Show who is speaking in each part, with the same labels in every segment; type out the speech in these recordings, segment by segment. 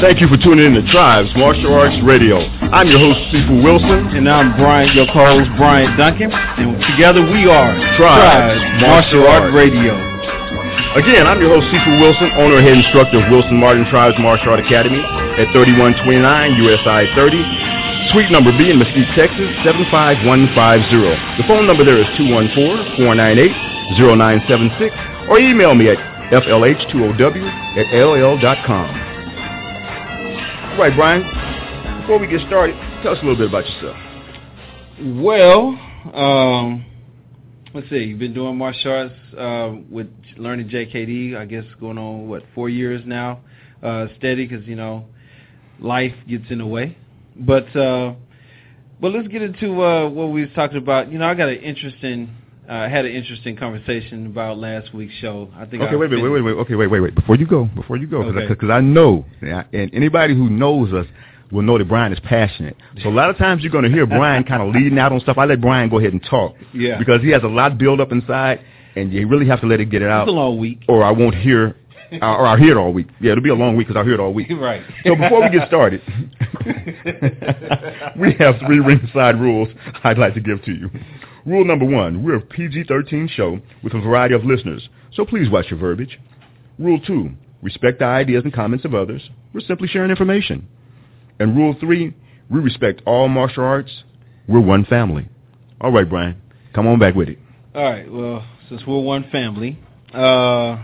Speaker 1: Thank you for tuning in to Tribes Martial Arts Radio. I'm your host, Cecil Wilson.
Speaker 2: And I'm Brian, your co-host Brian Duncan, and together we are
Speaker 1: Tribes Martial Arts
Speaker 2: Radio.
Speaker 1: Again, I'm your host, Cecil Wilson, owner and head instructor of Wilson Martin Tribes Martial Art Academy at 3129 USI 30, suite number B in Mesquite, Texas, 75150. The phone number there is 214-498-0976 or email me at flh2ow at ll.com. All right, Brian, before we get started, tell us a little bit about yourself.
Speaker 2: Well, um, let's see. You've been doing martial arts uh, with learning JKD, I guess, going on what four years now, uh, steady because you know life gets in the way. But uh, but let's get into uh, what we was talking about. You know, I got an interesting. Uh, had an interesting conversation about last week's show. I think.
Speaker 3: Okay,
Speaker 2: I
Speaker 3: wait, wait, wait, wait, wait. Okay, wait, wait, wait. Before you go, before you go, because
Speaker 2: Okay.
Speaker 3: I, know, and I- and anybody who knows us will know that Brian is passionate. So a lot of times you're going to hear Brian kind of leading out on stuff. I let Brian go ahead and talk.
Speaker 2: Yeah.
Speaker 3: Because he has a lot built up inside, and you really have to let it get it out,
Speaker 2: It's a long week.
Speaker 3: or I won't hear, or I'll hear it all week. Yeah, it'll be a long week because I'll hear it all week.
Speaker 2: Right.
Speaker 3: So before we get started, we have three ringside rules I'd like to give to you. Rule number one, we're a PG-13 show with a variety of listeners, so please watch your verbiage. Rule two, respect the ideas and comments of others. We're simply sharing information. And rule three, we respect all martial arts. We're one family. All right, Brian, come on back with it.
Speaker 2: All right. Well, since we're one family, uh, uh,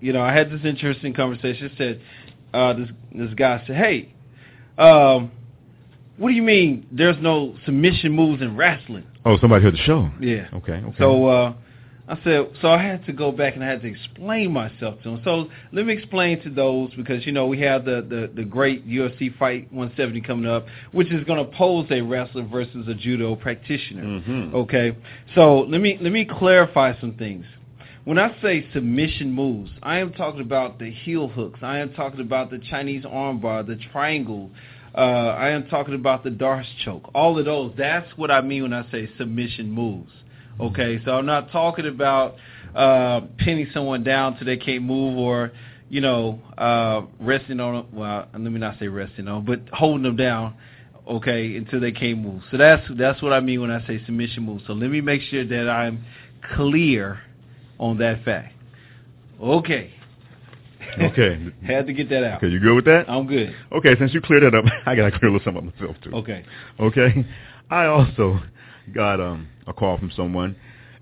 Speaker 2: you know, I had this interesting conversation. Said uh, this this guy said, "Hey, um, what do you mean there's no submission moves in wrestling?"
Speaker 3: Oh, somebody heard the show.
Speaker 2: Yeah.
Speaker 3: Okay. Okay.
Speaker 2: So uh, I said, so I had to go back and I had to explain myself to him. So let me explain to those because you know we have the the, the great UFC fight 170 coming up, which is going to pose a wrestler versus a judo practitioner.
Speaker 3: Mm-hmm.
Speaker 2: Okay, so let me let me clarify some things. When I say submission moves, I am talking about the heel hooks. I am talking about the Chinese armbar, the triangle. Uh, I am talking about the darce choke. All of those. That's what I mean when I say submission moves. Okay, so I'm not talking about uh, pinning someone down till they can't move or, you know, uh, resting on, well, let me not say resting on, but holding them down, okay, until they can't move. So that's that's what I mean when I say submission moves. So let me make sure that I'm clear on that fact. Okay,
Speaker 3: okay.
Speaker 2: had to get that out.
Speaker 3: Okay, you good with that?
Speaker 2: I'm good.
Speaker 3: Okay, since you cleared that up, I gotta clear a little something up myself too.
Speaker 2: Okay.
Speaker 3: Okay. I also got um a call from someone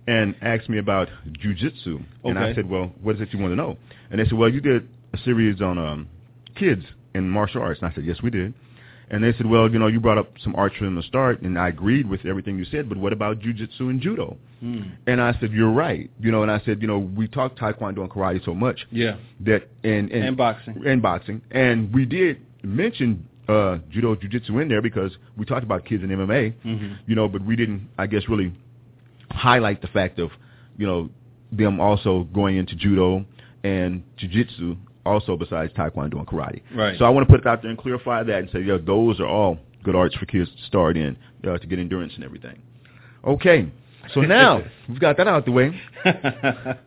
Speaker 3: and asked me about jujitsu. And I
Speaker 2: Okay.
Speaker 3: said, Well, what is it you want to know? And they said, Well, you did a series on um kids in martial arts and I said, Yes we did. And they said, Well, you know, you brought up some archery in the start and I agreed with everything you said, but what about jujitsu and judo?
Speaker 2: Hmm.
Speaker 3: And I said, You're right. You know, and I said, you know, we talk taekwondo and karate so much
Speaker 2: Yeah.
Speaker 3: that and and,
Speaker 2: And boxing.
Speaker 3: and boxing and we did mention uh judo jujitsu in there because we talked about kids in MMA
Speaker 2: Mm-hmm.
Speaker 3: you know but we didn't I guess really highlight the fact of you know them also going into judo and jujitsu also besides taekwondo and karate
Speaker 2: Right.
Speaker 3: so I want to put it out there and clarify that and say yeah those are all good arts for kids to start in uh, to get endurance and everything okay so now we've got that out the way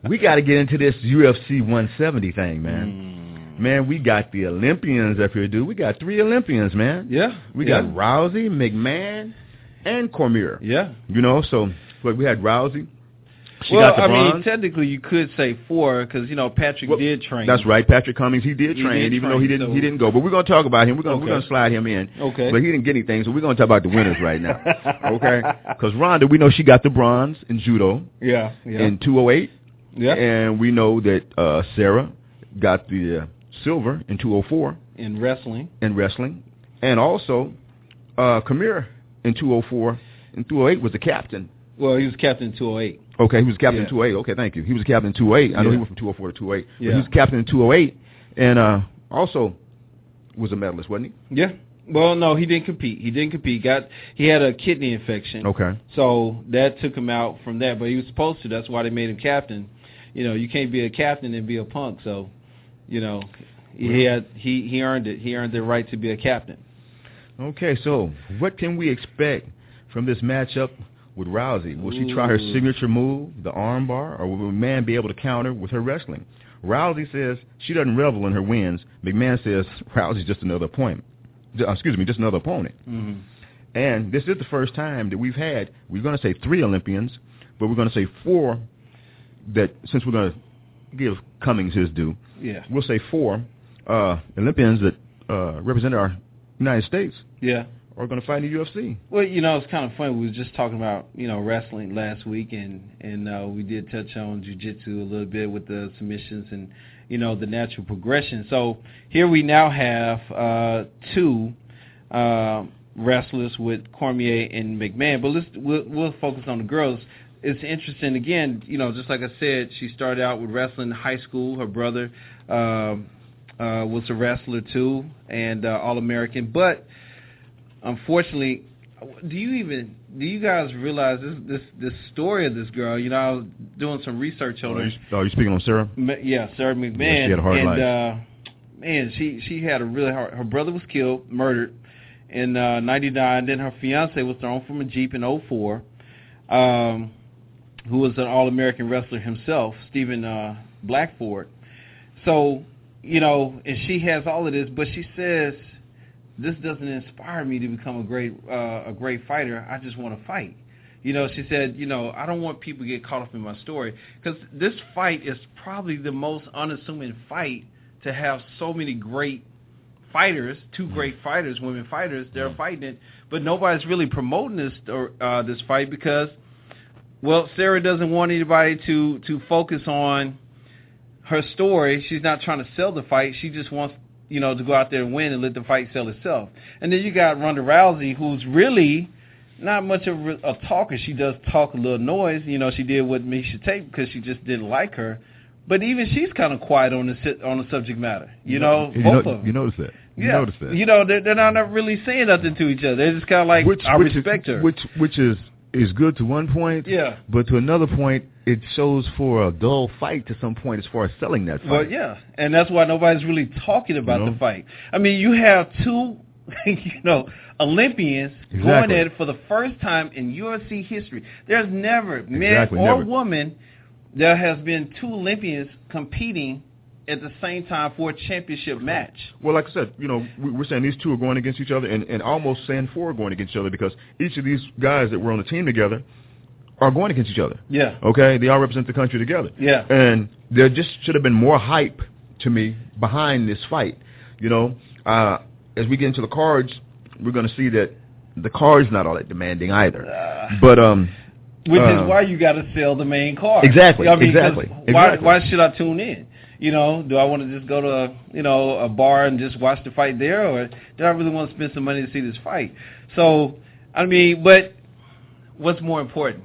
Speaker 3: we got to get into this UFC 170 thing,
Speaker 2: Mm.
Speaker 3: man. Man, we got the Olympians up here, dude. We got three Olympians, man.
Speaker 2: Yeah.
Speaker 3: We
Speaker 2: yeah.
Speaker 3: got Rousey, McMahon, and Cormier.
Speaker 2: Yeah.
Speaker 3: You know, so look, we had Rousey, She
Speaker 2: well,
Speaker 3: got the
Speaker 2: I
Speaker 3: bronze.
Speaker 2: mean, technically, you could say four because you know Patrick
Speaker 3: Well,
Speaker 2: did train.
Speaker 3: That's right, Patrick Cummings. He did
Speaker 2: He
Speaker 3: train,
Speaker 2: did
Speaker 3: even though he
Speaker 2: train,
Speaker 3: didn't.
Speaker 2: so-
Speaker 3: He didn't go. But we're going to talk about him. We're going. to We're
Speaker 2: Okay.
Speaker 3: going to slide him in.
Speaker 2: Okay.
Speaker 3: But he didn't get anything, so we're going to talk about the winners right now. okay. Because Rhonda, we know she got the bronze in judo
Speaker 2: Yeah, yeah,
Speaker 3: in 208,
Speaker 2: yeah.
Speaker 3: and we know that uh, Sarah got the uh, silver in 204
Speaker 2: in wrestling,
Speaker 3: in wrestling, and also uh, Kamir in 204 and 208 was the captain.
Speaker 2: well, he was captain two hundred eight.
Speaker 3: Okay, he was captain
Speaker 2: Yeah.
Speaker 3: two oh eight. Okay, thank you. He was captain two eight. I know he
Speaker 2: Yeah.
Speaker 3: went from two oh four to two eight. But
Speaker 2: Yeah.
Speaker 3: he was captain two oh eight and uh also was a medalist, wasn't
Speaker 2: Yeah. Well, no, he didn't compete. He didn't compete. Got he had a kidney infection.
Speaker 3: he? Okay.
Speaker 2: So that took him out from that, but he was supposed to. That's why they made him captain. You know, you can't be a captain and be a punk. So, you know, he had he he earned it. He earned the right to be a captain.
Speaker 3: Okay, so what can we expect from this matchup with Rousey? Will she try her
Speaker 2: Ooh.
Speaker 3: signature move, the armbar, or will McMahon be able to counter with her wrestling? Rousey says she doesn't revel in her wins. McMahon says Rousey's just another appointment. uh, Excuse me, just another opponent.
Speaker 2: Mm-hmm.
Speaker 3: And this is the first time that we've had, we're going to say three Olympians, but we're going to say four that, since we're going to give Cummings his due,
Speaker 2: Yeah.
Speaker 3: we'll say four uh, Olympians that uh, represent our United States
Speaker 2: Yeah.
Speaker 3: are going to fight in the UFC.
Speaker 2: Well, you know, it's kind of funny. We were just talking about you know wrestling last week, and and uh, we did touch on jujitsu a little bit with the submissions and you know the natural progression. So here we now have uh, two uh, wrestlers with Cormier and McMahon, but let's we'll, we'll focus on the girls. It's interesting again, you know, just like I said, she started out with wrestling in high school. Her brother um, uh, was a wrestler too, and uh, all American, but unfortunately do you even do you guys realize this this this story of this girl you know i was doing some research on
Speaker 3: Are
Speaker 2: her
Speaker 3: Oh, you, are you speaking on Sarah?
Speaker 2: Ma- yeah sarah mcmahon
Speaker 3: she had a hard
Speaker 2: and
Speaker 3: life.
Speaker 2: uh man she she had a really hard her brother was killed murdered in uh 99 then her fiance was thrown from a jeep in 04 um who was an all-american wrestler himself stephen uh blackford so you know and she has all of this but she says this doesn't inspire me to become a great uh, a great fighter. I just want to fight. You know, she said, you know, I don't want people to get caught up in my story because this fight is probably the most unassuming fight to have so many great fighters, two great fighters, women fighters. They're fighting it, but nobody's really promoting this or, uh, this fight because, well, Sarah doesn't want anybody to to focus on her story. She's not trying to sell the fight. She just wants you know to go out there and win and let the fight sell itself. And then you got Ronda Rousey, who's really not much of a a talker. She does talk a little noise. You know, she did what Misha Tate because she just didn't like her. But even she's kind of quiet on the si- on the subject matter. You know,
Speaker 3: you,
Speaker 2: both
Speaker 3: know-
Speaker 2: of them.
Speaker 3: you notice that. You
Speaker 2: Yeah.
Speaker 3: notice that.
Speaker 2: You know, they're, they're not really saying nothing to each other. They're just kind of like, I
Speaker 3: which
Speaker 2: respect
Speaker 3: is,
Speaker 2: her.
Speaker 3: Which which is is good to one point.
Speaker 2: Yeah.
Speaker 3: But to another point, it shows for a dull fight to some point as far as selling that fight.
Speaker 2: Well, yeah, and that's why nobody's really talking about
Speaker 3: You know?
Speaker 2: the fight. I mean, you have two, you know, Olympians going
Speaker 3: Exactly.
Speaker 2: at it for the first time in UFC history. There's never
Speaker 3: Exactly,
Speaker 2: man or
Speaker 3: never.
Speaker 2: woman. There has been two Olympians competing at the same time for a championship match.
Speaker 3: Well, like I said, you know, we- we're saying these two are going against each other, and, and almost saying four are going against each other because each of these guys that were on the team together are going against each other.
Speaker 2: Yeah.
Speaker 3: Okay, they all represent the country together.
Speaker 2: Yeah.
Speaker 3: and there just should have been more hype to me behind this fight. You know, uh, as we get into the cards, we're going to see that the card's not all that demanding either. but um,
Speaker 2: Which
Speaker 3: Uh,
Speaker 2: is why you got to sell the main card.
Speaker 3: Exactly,
Speaker 2: I mean, 'cause
Speaker 3: exactly,
Speaker 2: Why,
Speaker 3: exactly.
Speaker 2: why should I tune in? You know, do I want to just go to a, you know a bar and just watch the fight there, or do I really want to spend some money to see this fight? So, I mean, but what's more important?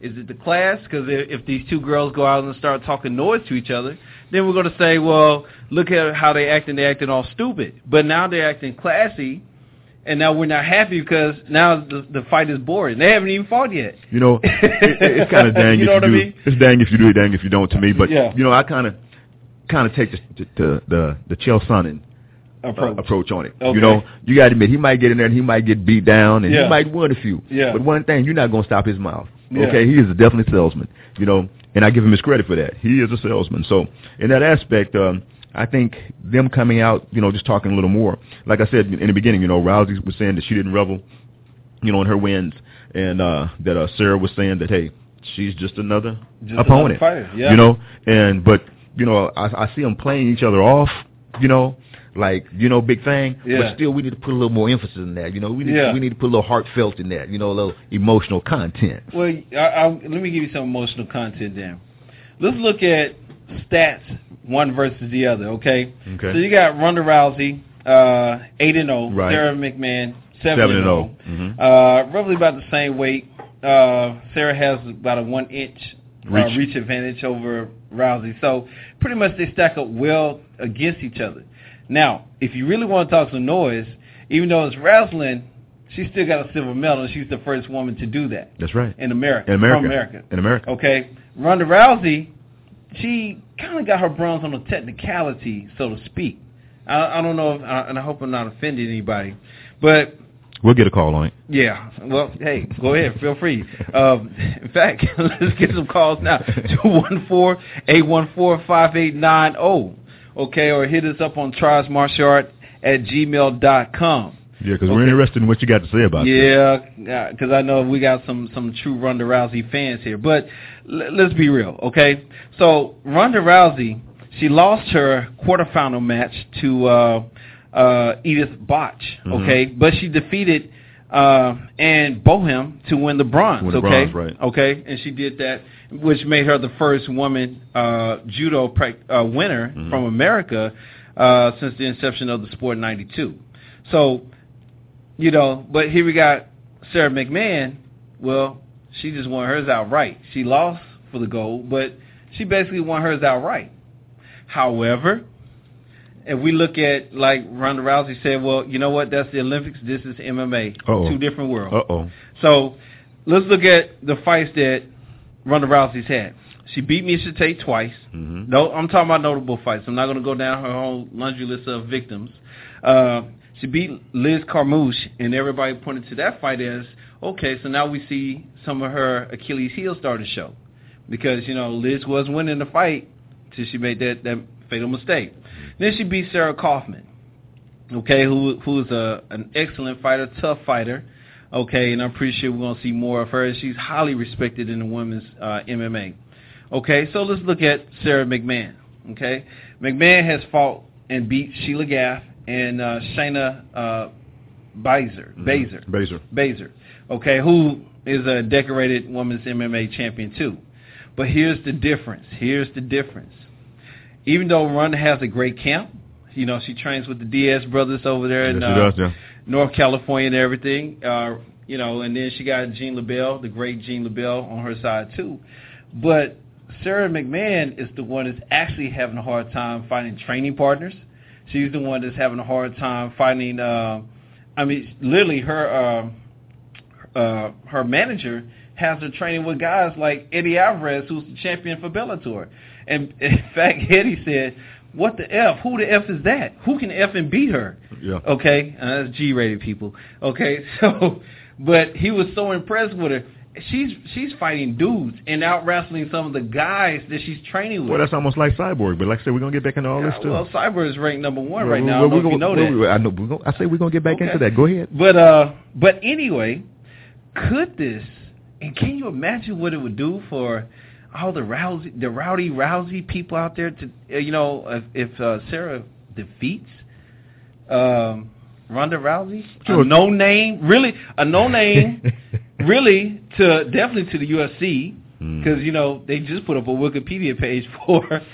Speaker 2: Is it the class? Because if, if these two girls go out and start talking noise to each other, then we're going to say, well, look at how they acting. They acting all stupid. But now they're acting classy, and now we're not happy because now the, the fight is boring. They haven't even fought yet.
Speaker 3: You know, it, it- it's kind of dang
Speaker 2: You know
Speaker 3: if
Speaker 2: what I
Speaker 3: you do.
Speaker 2: mean?
Speaker 3: It's dang if you do it, dang if you don't. To me, but
Speaker 2: Yeah.
Speaker 3: you know, I kind of kind of take the the the, the Chael Sonnen
Speaker 2: approach.
Speaker 3: Uh, approach on it.
Speaker 2: Okay.
Speaker 3: You know, you got to admit he might get in there and he might get beat down and
Speaker 2: Yeah.
Speaker 3: he might win a few.
Speaker 2: Yeah.
Speaker 3: But one thing, you're not going to stop his mouth.
Speaker 2: Yeah.
Speaker 3: Okay, he is a definite salesman. You know, and I give him his credit for that. He is a salesman. So in that aspect, um, I think them coming out, you know, just talking a little more. Like I said in the beginning, you know, Rousey was saying that she didn't revel, you know, in her wins, and uh, that uh, Sarah was saying that hey, she's just another
Speaker 2: Just
Speaker 3: opponent.
Speaker 2: another fighter, yeah.
Speaker 3: You know, and but you know, I, I see them playing each other off. You know, like you know, big thing.
Speaker 2: Yeah.
Speaker 4: But still, we need to put a little more emphasis in that. You know, we need
Speaker 2: Yeah.
Speaker 4: we need to put a little heartfelt in that. You know, a little emotional content.
Speaker 2: Well, I, I, let me give you some emotional content then. Let's look at stats one versus the other, okay?
Speaker 3: Okay.
Speaker 2: So you got Ronda Rousey, uh, 8 and 0,
Speaker 3: Right.
Speaker 2: Sarah McMahon, 7,
Speaker 3: Seven
Speaker 2: and
Speaker 3: and
Speaker 2: 0.
Speaker 3: Mhm.
Speaker 2: Uh, roughly about the same weight. Uh, Sarah has about a 1 inch Uh,
Speaker 3: Reach.
Speaker 2: reach advantage over Rousey. So pretty much they stack up well against each other. Now, if you really want to talk some noise, even though it's wrestling, she still got a silver medal. and She's the first woman to do that
Speaker 3: That's right.
Speaker 2: in America.
Speaker 3: In America.
Speaker 2: From America.
Speaker 3: In America.
Speaker 2: Okay. Ronda Rousey, she kind of got her bronze on a technicality, so to speak. I, I don't know, if, I, and I hope I'm not offending anybody, but
Speaker 3: We'll get a call on it.
Speaker 2: yeah. Well, hey, go ahead. Feel free. Um, in fact, let's get some calls now. 214-814-5890. oh. Okay, or hit us up on tribesmartialart at gmail.com.
Speaker 3: Yeah, because we're interested in what you got to say about this.
Speaker 2: Yeah, because I know we got some some true Ronda Rousey fans here. But l- let's be real, okay? So Ronda Rousey, she lost her quarterfinal match to uh, uh, Edith Botch, okay? But she defeated uh, Anne Bohem to win the bronze,
Speaker 3: Win the
Speaker 2: okay?
Speaker 3: bronze, right.
Speaker 2: Okay, and she did that, which made her the first woman uh, judo prac- uh, winner
Speaker 3: Mm-hmm.
Speaker 2: from America uh, since the inception of the sport in '92. So you know, but here we got Sarah McMahon. Well, she just won hers outright. She lost for the gold, but she basically won hers outright. However, if we look at like Ronda Rousey said, well, you know what? That's the Olympics. This is MMA.
Speaker 3: Uh-oh.
Speaker 2: Two different worlds.
Speaker 3: Uh oh.
Speaker 2: So let's look at the fights that Ronda Rousey's had. She beat Misha Tate twice.
Speaker 3: Mhm.
Speaker 2: No, I'm talking about notable fights. I'm not going to go down her whole laundry list of victims. Uh, she beat Liz Carmouche, and everybody pointed to that fight as okay. So now we see some of her Achilles' heel start to show, because you know Liz was winning the fight till she made that that fatal mistake. Then she beat Sarah Kaufman okay, who who's a an excellent fighter, tough fighter, okay, and I'm pretty sure we're gonna see more of her. She's highly respected in the women's uh, MMA. Okay, so let's look at Sarah McMahon. Okay, McMahon has fought and beat Sheila Gaff and uh, Shayna uh, Baszler.
Speaker 3: Mm-hmm.
Speaker 2: Baszler.
Speaker 3: Baser.
Speaker 2: Baser, okay, who is a decorated women's MMA champion too. But here's the difference. Here's the difference. Even though Ronda has a great camp, you know, she trains with the Diaz brothers over there in
Speaker 3: Yes,
Speaker 2: uh,
Speaker 3: she does, yeah.
Speaker 2: North California and everything. Uh, you know, and then she got Jean LaBelle, the great Jean LaBelle on her side too. But Sarah McMahon is the one that's actually having a hard time finding training partners. She's the one that's having a hard time finding. Uh, I mean, literally, her uh, uh, her manager has her training with guys like Eddie Alvarez, who's the champion for Bellator. And in fact, Eddie said, "What the f? Who the f is that? Who can f and beat her?"
Speaker 3: Yeah.
Speaker 2: Okay, uh, that's G-rated people. Okay, so, but he was so impressed with her. She's she's fighting dudes and out wrestling some of the guys that she's training with.
Speaker 3: Well, that's almost like Cyborg, but like I said, we're gonna get back into all
Speaker 2: Yeah,
Speaker 3: this stuff.
Speaker 2: well, Cyber is ranked number one right
Speaker 3: Well,
Speaker 2: now.
Speaker 3: well,
Speaker 2: I don't know
Speaker 3: we
Speaker 2: if you know
Speaker 3: gonna-
Speaker 2: that.
Speaker 3: well, I know. We're gonna, I say we're gonna get back into
Speaker 2: Okay.
Speaker 3: that. Go ahead.
Speaker 2: But uh, but anyway, could this and can you imagine what it would do for all the rousy, the rowdy, rousy people out there? To uh, you know, if, if uh, Sarah defeats um, Ronda Rousey,
Speaker 3: Sure.
Speaker 2: a no name, really a no name, really to definitely to the UFC
Speaker 3: Mm.
Speaker 2: because you know they just put up a Wikipedia page for her.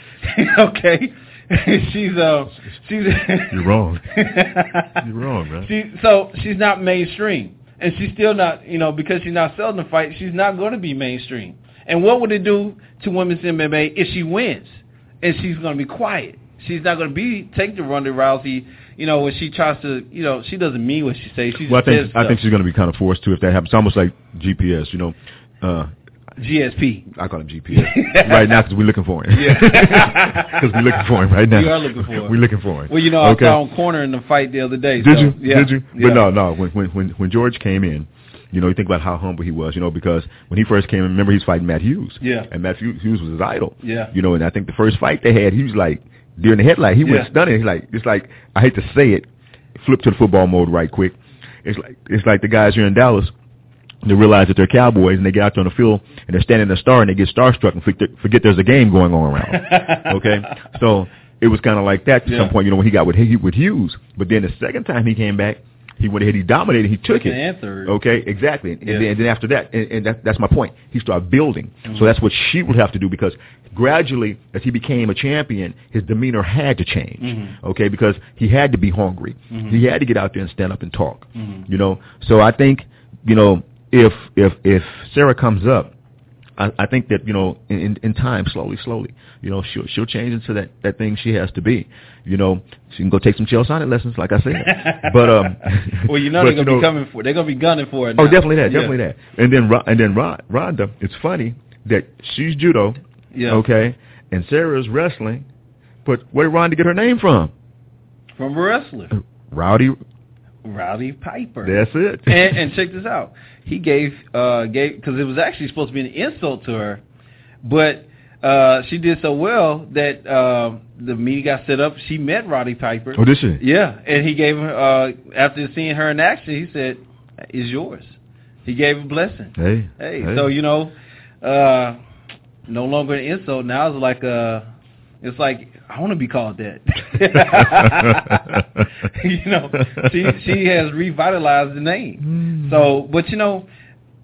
Speaker 2: okay. she's uh she's
Speaker 3: You're wrong. You're wrong, man.
Speaker 2: she so she's not mainstream, and she's still not you know because she's not selling the fight. She's not going to be mainstream. And what would it do to women's MMA if she wins? And she's going to be quiet. She's not going to be take the Ronda Rousey. You know when she tries to you know she doesn't mean what she says. She just
Speaker 3: Well, I
Speaker 2: says
Speaker 3: think I
Speaker 2: stuff.
Speaker 3: think she's gonna be kind of forced to if that happens. Almost like GPS, you know. Uh,
Speaker 2: GSP.
Speaker 3: I call him GPS right now because we're looking for him. Yeah, because we're looking for him right now.
Speaker 2: You are looking for him.
Speaker 3: We're looking for him.
Speaker 2: Well, you know
Speaker 3: okay.
Speaker 2: I found corner in the fight the other day.
Speaker 3: Did
Speaker 2: so,
Speaker 3: you?
Speaker 2: Yeah,
Speaker 3: Did you?
Speaker 2: yeah.
Speaker 3: But no, no. When when when when George came in, you know, you think about how humble he was. You know, because when he first came in, remember he's fighting Matt Hughes.
Speaker 2: Yeah.
Speaker 3: And Matt Hu- Hughes was his idol.
Speaker 2: Yeah.
Speaker 3: You know, and I think the first fight they had, he was like during the headlight, he
Speaker 2: Yeah.
Speaker 3: went stunning. He's like, it's like I hate to say it, flip to the football mode right quick. It's like it's like the guys here in Dallas They realize that they're cowboys and they get out there on the field and they're standing in a star and they get starstruck and forget, forget there's a game going on around. okay, so it was kind of like that to some
Speaker 2: Yeah.
Speaker 3: point. You know when he got with Hu- with Hughes, but then the second time he came back, he went ahead, he dominated, he took
Speaker 2: Second
Speaker 3: it.
Speaker 2: and third.
Speaker 3: Okay, exactly. And,
Speaker 2: Yes.
Speaker 3: then, and then after that, and, and that, that's my point. He started building.
Speaker 2: Mm-hmm.
Speaker 3: So that's what she would have to do because gradually, as he became a champion, his demeanor had to change.
Speaker 2: Mm-hmm.
Speaker 3: Okay, because he had to be hungry. He had to get out there and stand up and talk.
Speaker 2: Mm-hmm.
Speaker 3: You know. So I think you know if if if Sarah comes up. I, I think that you know, in, in- in time, slowly, slowly, you know, she'll she'll change into that that thing she has to be. You know, she can go take some Chael Sonnen lessons, like I said. but um,
Speaker 2: Well, you know
Speaker 3: but,
Speaker 2: they're gonna
Speaker 3: know,
Speaker 2: be coming for. They're gonna be gunning for it.
Speaker 3: Oh,
Speaker 2: now.
Speaker 3: definitely that,
Speaker 2: Yeah.
Speaker 3: definitely that. And then Ro- and then Ron, Rhonda, it's funny that she's judo,
Speaker 2: Yeah.
Speaker 3: okay, and Sarah's wrestling, but where did Rhonda get her name from?
Speaker 2: From a wrestler,
Speaker 3: Rowdy.
Speaker 2: Rowdy Piper.
Speaker 3: That's it.
Speaker 2: and, and check this out. He gave uh gave because it was actually supposed to be an insult to her, but uh she did so well that uh, the meeting got set up. She met Roddy Piper.
Speaker 3: oh, this is
Speaker 2: Yeah, and he gave her uh after seeing her in action, he said, "Is yours." He gave a blessing.
Speaker 3: hey,
Speaker 2: Hey, so you know, uh no longer an insult. Now it's like uh it's like I want to be called that. you know, she she has revitalized the
Speaker 3: Mm-hmm. Hmm.
Speaker 2: name. So, but you know,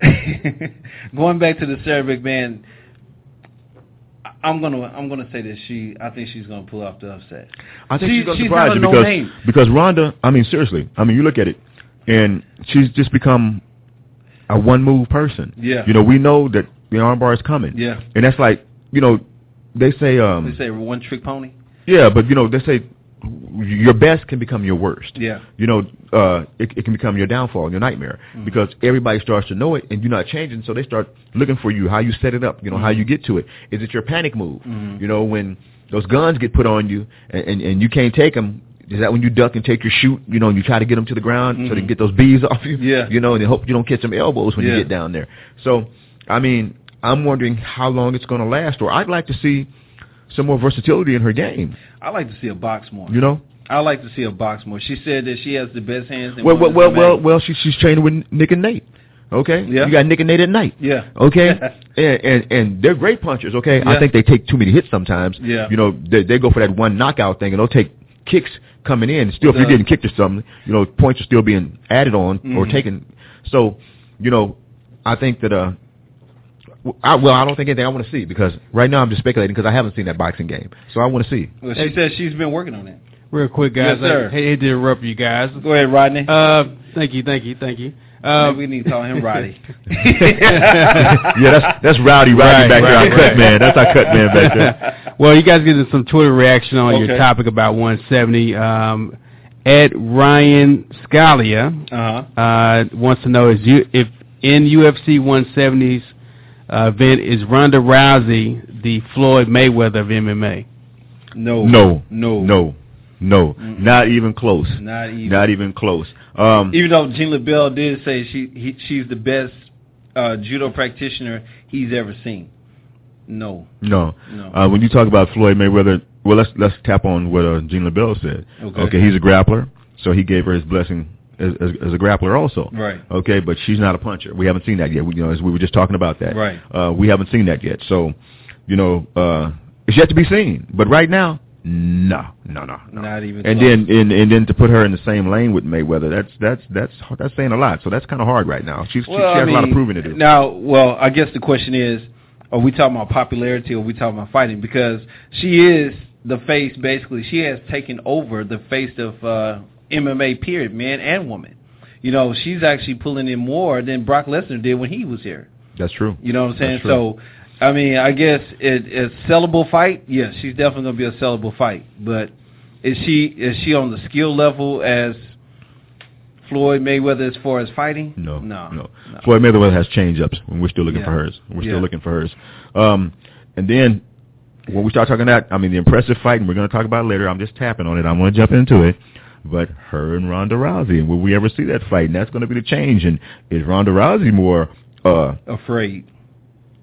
Speaker 2: going back to the Sarah McMahon, I- I'm gonna I'm gonna say that she I think she's gonna pull off the upset.
Speaker 3: I think
Speaker 2: She-
Speaker 3: she's gonna
Speaker 2: she's
Speaker 3: surprise
Speaker 2: not a
Speaker 3: you
Speaker 2: no
Speaker 3: because
Speaker 2: name.
Speaker 3: because Rhonda. I mean, seriously. I mean, you look at it, and she's just become a one move person.
Speaker 2: Yeah.
Speaker 3: You know, we know that the armbar is coming.
Speaker 2: Yeah.
Speaker 3: And that's like you know, they say um
Speaker 2: They say one trick pony.
Speaker 3: Yeah, but you know they say your best can become your worst.
Speaker 2: Yeah.
Speaker 3: You know, uh, it, it can become your downfall, your nightmare,
Speaker 2: Mm-hmm.
Speaker 3: because everybody starts to know it, and you're not changing, so they start looking for you, how you set it up, you know,
Speaker 2: Mm-hmm.
Speaker 3: how you get to it. Is it your panic move? You know, when those guns get put on you and, and, and you can't take them, is that when you duck and take your shoot? You know, and you try to get them to the ground so they can get those bees off you.
Speaker 2: Mm-hmm. Yeah.
Speaker 3: You know, and they hope you don't catch some elbows when
Speaker 2: Yeah.
Speaker 3: you get down there. So, I mean, I'm wondering how long it's going to last, or I'd like to see some more versatility in her game.
Speaker 2: I like to see a box more.
Speaker 3: You know,
Speaker 2: I like to see a box more. She said that she has the best hands. in
Speaker 3: well, well,
Speaker 2: women's
Speaker 3: well,
Speaker 2: MMA.
Speaker 3: well, well. She, she's training with Nick and Nate. Okay,
Speaker 2: Yeah.
Speaker 3: you got Nick and Nate at night.
Speaker 2: Yeah.
Speaker 3: Okay, and, and and they're great punchers. Okay,
Speaker 2: Yeah.
Speaker 3: I think they take too many hits sometimes.
Speaker 2: Yeah.
Speaker 3: you know, they, they go for that one knockout thing, and they'll take kicks coming in. Still, if
Speaker 2: The-
Speaker 3: you're getting kicked or something, you know, points are still being added on
Speaker 2: Mm-hmm.
Speaker 3: or taken. So, you know, I think that uh. w- I, well, I don't think anything I want to see because right now I'm just speculating because I haven't seen that boxing game, so I want to see.
Speaker 2: Well, she said she's been working on it.
Speaker 5: Real quick, guys.
Speaker 2: Yes, sir.
Speaker 5: I hate to interrupt you guys.
Speaker 2: Go ahead, Rodney.
Speaker 5: Uh, thank you, thank you, thank you.
Speaker 3: Um,
Speaker 5: Uh,
Speaker 2: Maybe we need to call him Roddy.
Speaker 3: yeah, that's that's rowdy, rowdy
Speaker 5: Right,
Speaker 3: back there, our
Speaker 5: right,
Speaker 3: cut
Speaker 5: right.
Speaker 3: man. That's our cut man back there.
Speaker 5: well, you guys getting some Twitter reaction on
Speaker 2: Okay.
Speaker 5: your topic about 170. Um, Ed Ryan Scalia
Speaker 2: Uh huh.
Speaker 5: uh, wants to know is you if in UFC 170's uh, event is Ronda Rousey the Floyd Mayweather of MMA?
Speaker 2: No.
Speaker 3: No,
Speaker 2: No.
Speaker 3: no, no, not even close.
Speaker 2: Not even.
Speaker 3: Not even close. Um,
Speaker 2: Even though Jean LaBelle did say she he, she's the best uh, judo practitioner he's ever seen. No.
Speaker 3: no.
Speaker 2: No.
Speaker 3: Uh, when you talk about Floyd Mayweather, well, let's let's tap on what uh, Gene LaBelle said.
Speaker 2: Okay.
Speaker 3: he's a grappler, so he gave her his blessing as, as, as a grappler also.
Speaker 2: Right.
Speaker 3: Okay, but she's not a puncher. We haven't seen that yet. We, you know, as we were just talking about that.
Speaker 2: Right.
Speaker 3: Uh, we haven't seen that yet. So, you know, uh, it's yet to be seen. But right now, no, no, no, no.
Speaker 2: Not even.
Speaker 3: and
Speaker 2: close.
Speaker 3: then and, and then to put her in the same lane with Mayweather, that's that's that's that's saying a lot. So that's kind of hard right now. She's, she, she
Speaker 2: Well,
Speaker 3: has
Speaker 2: I
Speaker 3: a lot of
Speaker 2: mean,
Speaker 3: proving to do.
Speaker 2: Now, well, I guess the question is, are we talking about popularity or are we talking about fighting? Because she is the face, basically. She has taken over the face of uh, MMA, period, man and woman. You know, she's actually pulling in more than Brock Lesnar did when he was here.
Speaker 3: That's true.
Speaker 2: You know what I'm saying?
Speaker 3: That's true.
Speaker 2: So, I mean, I guess it, it's sellable fight. Yeah, she's definitely going to be a sellable fight. But is she is she on the skill level as Floyd Mayweather as far as fighting?
Speaker 3: No,
Speaker 2: no,
Speaker 3: no. Floyd Mayweather has change ups, and we're still looking
Speaker 2: Yeah.
Speaker 3: for hers. We're
Speaker 2: Yeah.
Speaker 3: still looking for hers. Um, and then when we start talking that, I mean, the impressive fight, and we're going to talk about it later. I'm just tapping on it. I'm going to jump into it. But her and Ronda Rousey, and will we ever see that fight? And that's going to be the change. And is Ronda Rousey more uh,
Speaker 2: Afraid.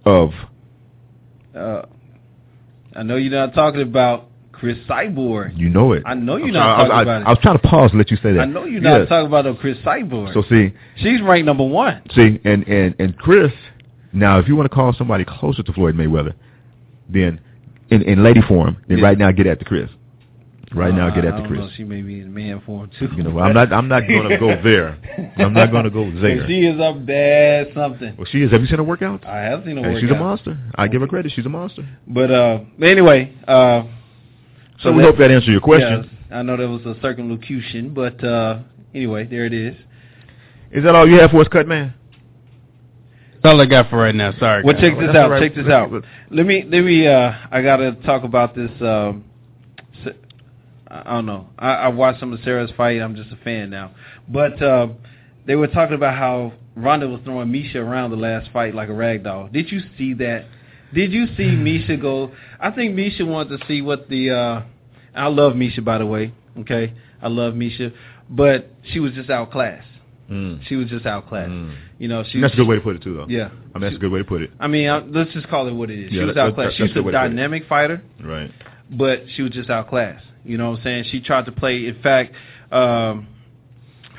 Speaker 3: of
Speaker 2: Uh, I know you're not talking about Chris Cyborg.
Speaker 3: You know it.
Speaker 2: I know you're
Speaker 3: I'm
Speaker 2: not
Speaker 3: sorry, I-
Speaker 2: talking
Speaker 3: I,
Speaker 2: about it.
Speaker 3: I was trying to pause and let you say that.
Speaker 2: I know you're not
Speaker 3: Yeah.
Speaker 2: talking about no Chris Cyborg.
Speaker 3: So see,
Speaker 2: She's ranked number one.
Speaker 3: see, and and and Chris. Now, if you want to call somebody closer to Floyd Mayweather, then in in lady form, then
Speaker 2: Yeah.
Speaker 3: right now get at the Chris. Right now, get
Speaker 2: Uh,
Speaker 3: at
Speaker 2: I
Speaker 3: the
Speaker 2: don't
Speaker 3: Chris.
Speaker 2: know, She may be in man form too.
Speaker 3: You know, I'm not. I'm not going to go there. I'm not going to go there.
Speaker 2: She is a bad something.
Speaker 3: well, she is. Have you seen her workout?
Speaker 2: I have seen her
Speaker 3: Hey,
Speaker 2: work
Speaker 3: she's a
Speaker 2: out.
Speaker 3: monster. I give her credit. She's a monster.
Speaker 2: But uh, anyway, uh,
Speaker 3: So, we hope that answers your question.
Speaker 2: yeah, I know that was a circumlocution, but uh, anyway, there it is.
Speaker 3: Is that all you have for us, Cut Man?
Speaker 5: That's all I got for right now. Sorry.
Speaker 2: Well,
Speaker 5: guys.
Speaker 2: check this
Speaker 3: That's
Speaker 2: out.
Speaker 3: all right.
Speaker 2: Check this
Speaker 3: Let's-
Speaker 2: out.
Speaker 3: let's-
Speaker 2: Let me let me. Uh, I gotta talk about this. Um, s- I don't know. I, I watched some of Sarah's fight. I'm just a fan now. But uh, they were talking about how Ronda was throwing Misha around the last fight like a rag doll. Did you see that? Did you see Misha go? I think Misha wanted to see what the. Uh, I love Misha, by the way. Okay, I love Misha, but she was just outclassed. She was just outclassed.
Speaker 3: Mm.
Speaker 2: You know, she.
Speaker 3: Hmm. That's a good way to put it too, though. I
Speaker 2: Yeah.
Speaker 3: mean, that's a good way to put it.
Speaker 2: I mean, I, let's just call it what it is.
Speaker 3: Yeah,
Speaker 2: she was
Speaker 3: that- that-
Speaker 2: outclassed.
Speaker 3: that's
Speaker 2: She's
Speaker 3: the
Speaker 2: a
Speaker 3: way to put it.
Speaker 2: dynamic fighter,
Speaker 3: Right.
Speaker 2: but she was just outclassed. You know what I'm saying? She tried to play. In fact, um,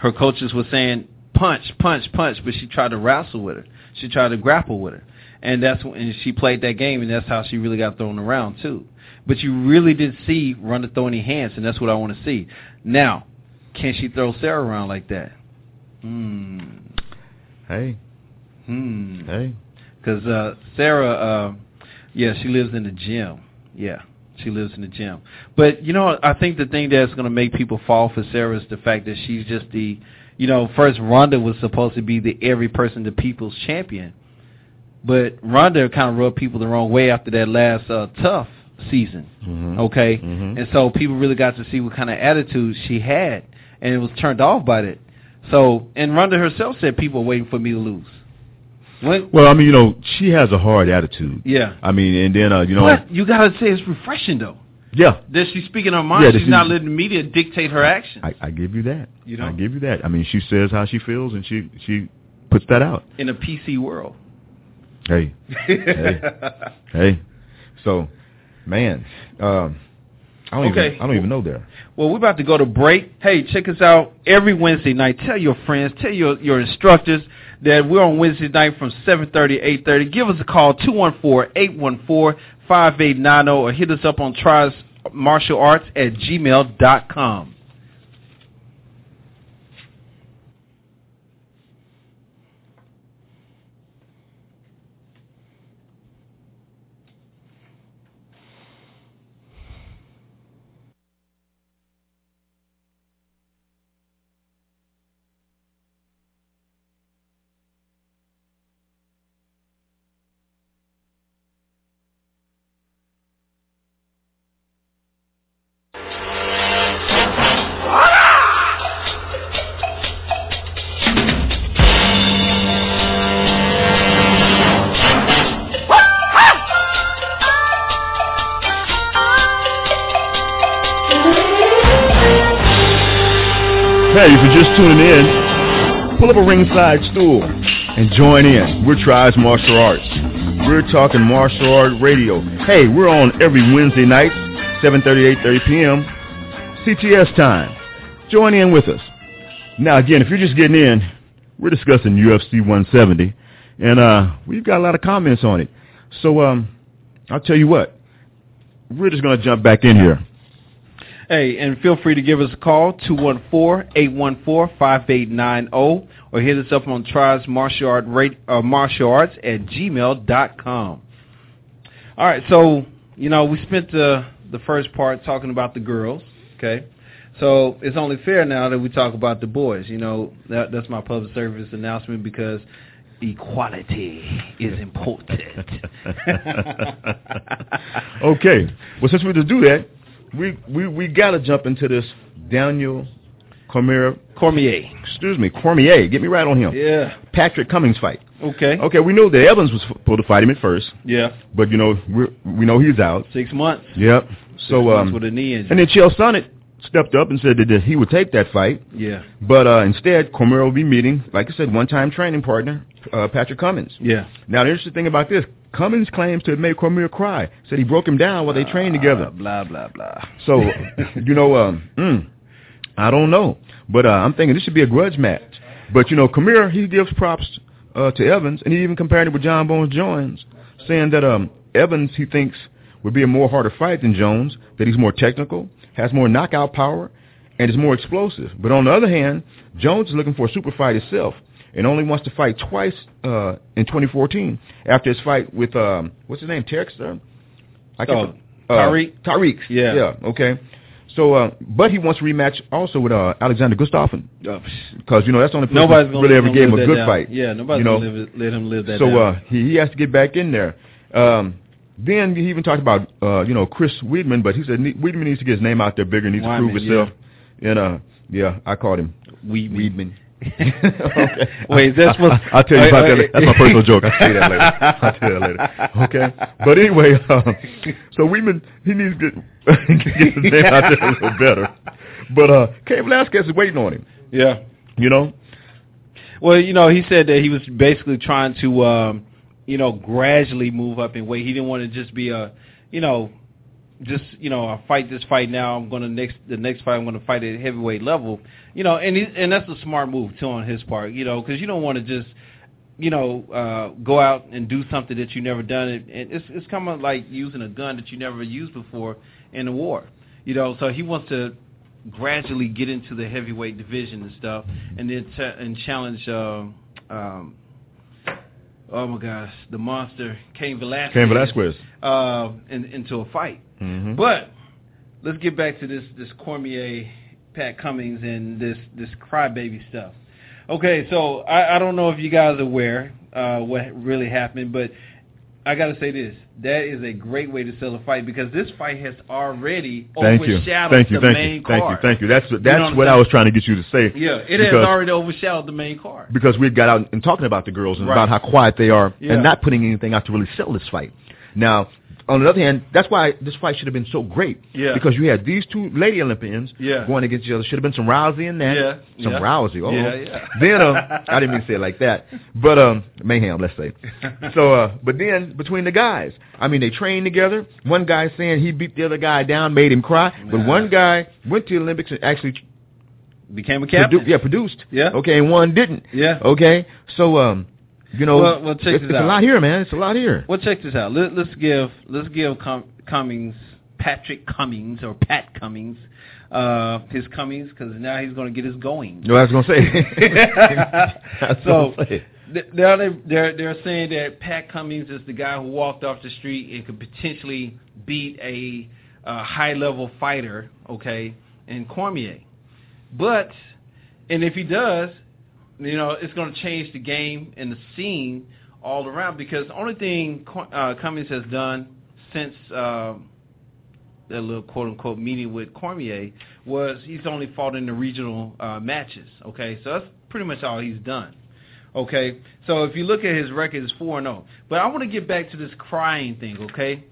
Speaker 2: her coaches were saying punch, punch, punch, but she tried to wrestle with her. She tried to grapple with her, and that's when and she played that game, and that's how she really got thrown around too. But you really did see Ronda throw any hands, and that's what I want to see. Now, can she throw Sarah around like that? Hmm.
Speaker 3: Hey,
Speaker 2: Hmm.
Speaker 3: hey.
Speaker 2: Because uh, Sarah, uh, yeah, she lives in the gym. Yeah, she lives in the gym. But, you know, I think the thing that's going to make people fall for Sarah is the fact that she's just the, you know, first Ronda was supposed to be the every person to people's champion. But Ronda kind of rubbed people the wrong way after that last uh, tough season,
Speaker 3: Mhm.
Speaker 2: okay?
Speaker 3: Mhm.
Speaker 2: And so people really got to see what kind of attitude she had, and it was turned off by that. So, and Ronda herself said people are waiting for me to lose. When,
Speaker 3: Well, I mean, you know, she has a hard attitude.
Speaker 2: yeah.
Speaker 3: I mean, and then uh, you know,
Speaker 2: But you gotta say it's refreshing though.
Speaker 3: yeah,
Speaker 2: That she's speaking her mind.
Speaker 3: Yeah, that
Speaker 2: she's not
Speaker 3: she's-
Speaker 2: letting the media dictate her actions.
Speaker 3: I, I give you that.
Speaker 2: You
Speaker 3: I
Speaker 2: know?
Speaker 3: give you that. I mean, she says how she feels, and she she puts that out.
Speaker 2: in a PC world.
Speaker 3: Hey, hey. So, man, um, I don't
Speaker 2: Okay.
Speaker 3: even I don't even know there.
Speaker 2: well, we're about to go to break. Hey, check us out every Wednesday night. Tell your friends, tell your, your instructors that we're on Wednesday night from 7.30 8.30. Give us a call, 214-814-5890, or hit us up on tries martial arts at gmail.com.
Speaker 3: Hey, if you're just tuning in, pull up a ringside stool and join in. We're Tribes Martial Arts. We're talking martial art radio. Hey, we're on every Wednesday night, 7.30, 8.30 p.m. CTS time. Join in with us. Now, again, if you're just getting in, we're discussing UFC 170, and uh, we've got a lot of comments on it. So um, I'll tell you what, we're just going to jump back in here.
Speaker 2: Hey, and feel free to give us a call, 214-814-5890, oh, or hit us up on Tries Martial, Art Rate, uh, martial Arts at gmail.com. All right, so, you know, we spent the, the first part talking about the girls, okay? So it's only fair now that we talk about the boys. You know, that, that's my public service announcement because equality is important. Oh,
Speaker 3: okay. Well, since we're to do that, we we we gotta jump into this Daniel Cormier.
Speaker 2: Cormier.
Speaker 3: Excuse me, Cormier. Get me right on him.
Speaker 2: Yeah.
Speaker 3: Patrick Cummings fight.
Speaker 2: Okay.
Speaker 3: Okay, we knew that Evans was supposed to fight him at first,
Speaker 2: Yeah.
Speaker 3: but you know we we know he's out.
Speaker 2: Six months.
Speaker 3: Yep. So
Speaker 2: Six months
Speaker 3: um,
Speaker 2: with a knee injury.
Speaker 3: and then Chael Sonnen stepped up and said that that he would take that fight,
Speaker 2: Yeah,
Speaker 3: but uh, instead Cormier will be meeting, like I said, one-time training partner uh, Patrick Cummings.
Speaker 2: yeah,
Speaker 3: Now the interesting thing about this, Cummins claims to have made Cormier cry. Said he broke him down while they trained together.
Speaker 2: Blah blah blah.
Speaker 3: So,
Speaker 2: uh,
Speaker 3: you know, um, mm, I don't know, but uh, I'm thinking this should be a grudge match. But you know, Kamir he gives props uh, to Evans, and he even compared it with John Bones Jones, saying that um, Evans he thinks would be a more harder fight than Jones, that he's more technical, has more knockout power, and is more explosive. But on the other hand, Jones is looking for a super fight itself, and only wants to fight twice uh, in 2014 after his fight with um, what's his name, Terex, sir? I
Speaker 2: Oh,
Speaker 3: uh,
Speaker 2: Tariq?
Speaker 3: Tariq.
Speaker 2: Yeah.
Speaker 3: Yeah. Okay. So, uh, but he wants a rematch also with uh, Alexander Gustafsson
Speaker 2: Uh,
Speaker 3: because you know that's the only person
Speaker 2: nobody's
Speaker 3: that
Speaker 2: gonna
Speaker 3: really ever
Speaker 2: gonna
Speaker 3: gave him
Speaker 2: live
Speaker 3: a
Speaker 2: that
Speaker 3: good
Speaker 2: down.
Speaker 3: fight.
Speaker 2: Yeah, nobody's
Speaker 3: you know?
Speaker 2: gonna live, it- let him live that.
Speaker 3: so
Speaker 2: down.
Speaker 3: uh, he, he has to get back in there. Um, then he even talked about uh, you know Chris Weidman, but he said ne- Weidman needs to get his name out there bigger, needs
Speaker 2: Weidman,
Speaker 3: to prove himself. And uh, yeah, I called him.
Speaker 4: Weedman.
Speaker 3: Okay.
Speaker 2: Wait, that's
Speaker 3: I,
Speaker 2: what
Speaker 3: I, will tell you about that. later. That's my personal joke. I'll tell you that later. I'll
Speaker 2: I
Speaker 3: tell you that later. Okay. But anyway, um, so Weeman, he needs to get, get his name out there a little better. But uh, Cain Velasquez is waiting on him,
Speaker 2: Yeah.
Speaker 3: you know?
Speaker 2: Well, you know, he said that he was basically trying to, um, you know, gradually move up in weight. He didn't want to just be a, you know, just you know, I fight this fight now. I'm gonna next the next fight. I'm gonna fight at heavyweight level. You know, and he, and that's a smart move too on his part. You know, because you don't want to just, you know, uh, go out and do something that you never done. It, and it's it's kind of like using a gun that you never used before in a war. You know, so he wants to gradually get into the heavyweight division and stuff, and then t- and challenge. Uh, um, oh my gosh, the monster Cain Velasquez.
Speaker 3: Cain Velasquez.
Speaker 2: Uh, in, into a fight.
Speaker 3: Mm-hmm.
Speaker 2: But let's get back to this this Cormier, Pat Cummings, and this this crybaby stuff. Okay, so I, I don't know if you guys are aware uh, what really happened, but I got to say this: that is a great way to sell a fight because this fight has already
Speaker 3: Thank you.
Speaker 2: overshadowed
Speaker 3: Thank you.
Speaker 2: the
Speaker 3: Thank
Speaker 2: main
Speaker 3: you. Thank you.
Speaker 2: card.
Speaker 3: Thank you. That's
Speaker 2: know what
Speaker 3: that's
Speaker 2: I'm
Speaker 3: what I
Speaker 2: saying?
Speaker 3: was trying to get you to say.
Speaker 2: Yeah, it has
Speaker 3: because-
Speaker 2: already overshadowed the main card.
Speaker 3: because we got out and talking about the girls and
Speaker 2: Right.
Speaker 3: about how quiet they are
Speaker 2: Yeah.
Speaker 3: and not putting anything out to really sell this fight. Now, on the other hand, that's why this fight should have been so great.
Speaker 2: Yeah.
Speaker 3: Because you had these two lady Olympians
Speaker 2: Yeah.
Speaker 3: going against each other. Should have been some Rousey in that.
Speaker 2: Yeah,
Speaker 3: Some
Speaker 2: yeah.
Speaker 3: Rousey. Oh.
Speaker 2: Yeah, yeah.
Speaker 3: Then uh, I didn't mean to say it like that, but um, mayhem, let's say. So, uh, but then between the guys, I mean, they trained together. One guy saying he beat the other guy down, made him cry. But
Speaker 2: Nah.
Speaker 3: one guy went to the Olympics and actually
Speaker 2: Became a captain.
Speaker 3: produ- yeah produced.
Speaker 2: Yeah.
Speaker 3: Okay, and one didn't.
Speaker 2: Yeah.
Speaker 3: Okay, so um, you know,
Speaker 2: Well- well, check
Speaker 3: it's,
Speaker 2: this
Speaker 3: it's a
Speaker 2: out.
Speaker 3: lot here, man. It's a lot here.
Speaker 2: Well, check this out. Let, let's give let's give Com- Cummings Patrick Cummings or Pat Cummings uh, his Cummings because now he's going to get his going.
Speaker 3: No, I was gonna say. That's
Speaker 2: so
Speaker 3: what I'm saying.
Speaker 2: th- now they, they're they're saying that Pat Cummings is the guy who walked off the street and could potentially beat a uh, high level fighter, okay, in Cormier. But and if he does, you know, it's going to change the game and the scene all around because the only thing Co- uh, Cummings has done since um that little quote unquote meeting with Cormier was he's only fought in the regional uh, matches. Okay, so that's pretty much all he's done. Okay, so if you look at his record, it's four and zero. But I want to get back to this crying thing. Okay,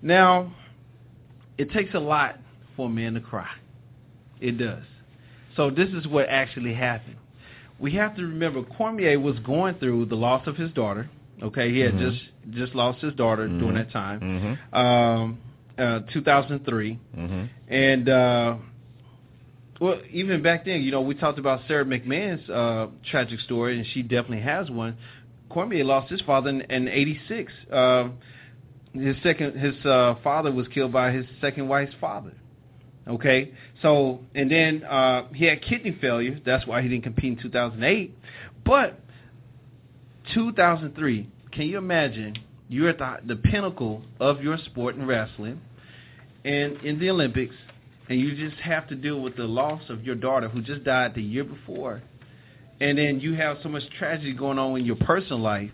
Speaker 2: now it takes a lot for a man to cry. It does. So this is what actually happened. We have to remember Cormier was going through the loss of his daughter. Okay, he had just just lost his daughter during that time
Speaker 3: Mhm.
Speaker 2: um, uh, 2003,
Speaker 3: Mhm.
Speaker 2: and uh, well, even back then, you know, we talked about Sarah McMahon's uh, tragic story, and she definitely has one. Cormier lost his father in, in '86. Um his second, his uh, father was killed by his second wife's father. Okay, so and then uh, he had kidney failure. That's why he didn't compete in 2008. But 2003, can you imagine? You're at the, the pinnacle of your sport in wrestling, and in the Olympics, and you just have to deal with the loss of your daughter who just died the year before, and then you have so much tragedy going on in your personal life.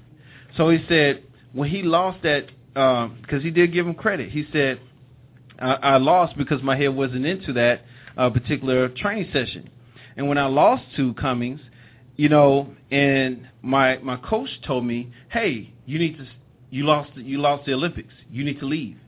Speaker 2: So he said when he lost that, because he did give him credit, he said, I, "I lost because my head wasn't into that uh, particular training session, and when I lost to Cummings." you know, and my my coach told me, "Hey, you need to you lost you lost the Olympics. You need to leave."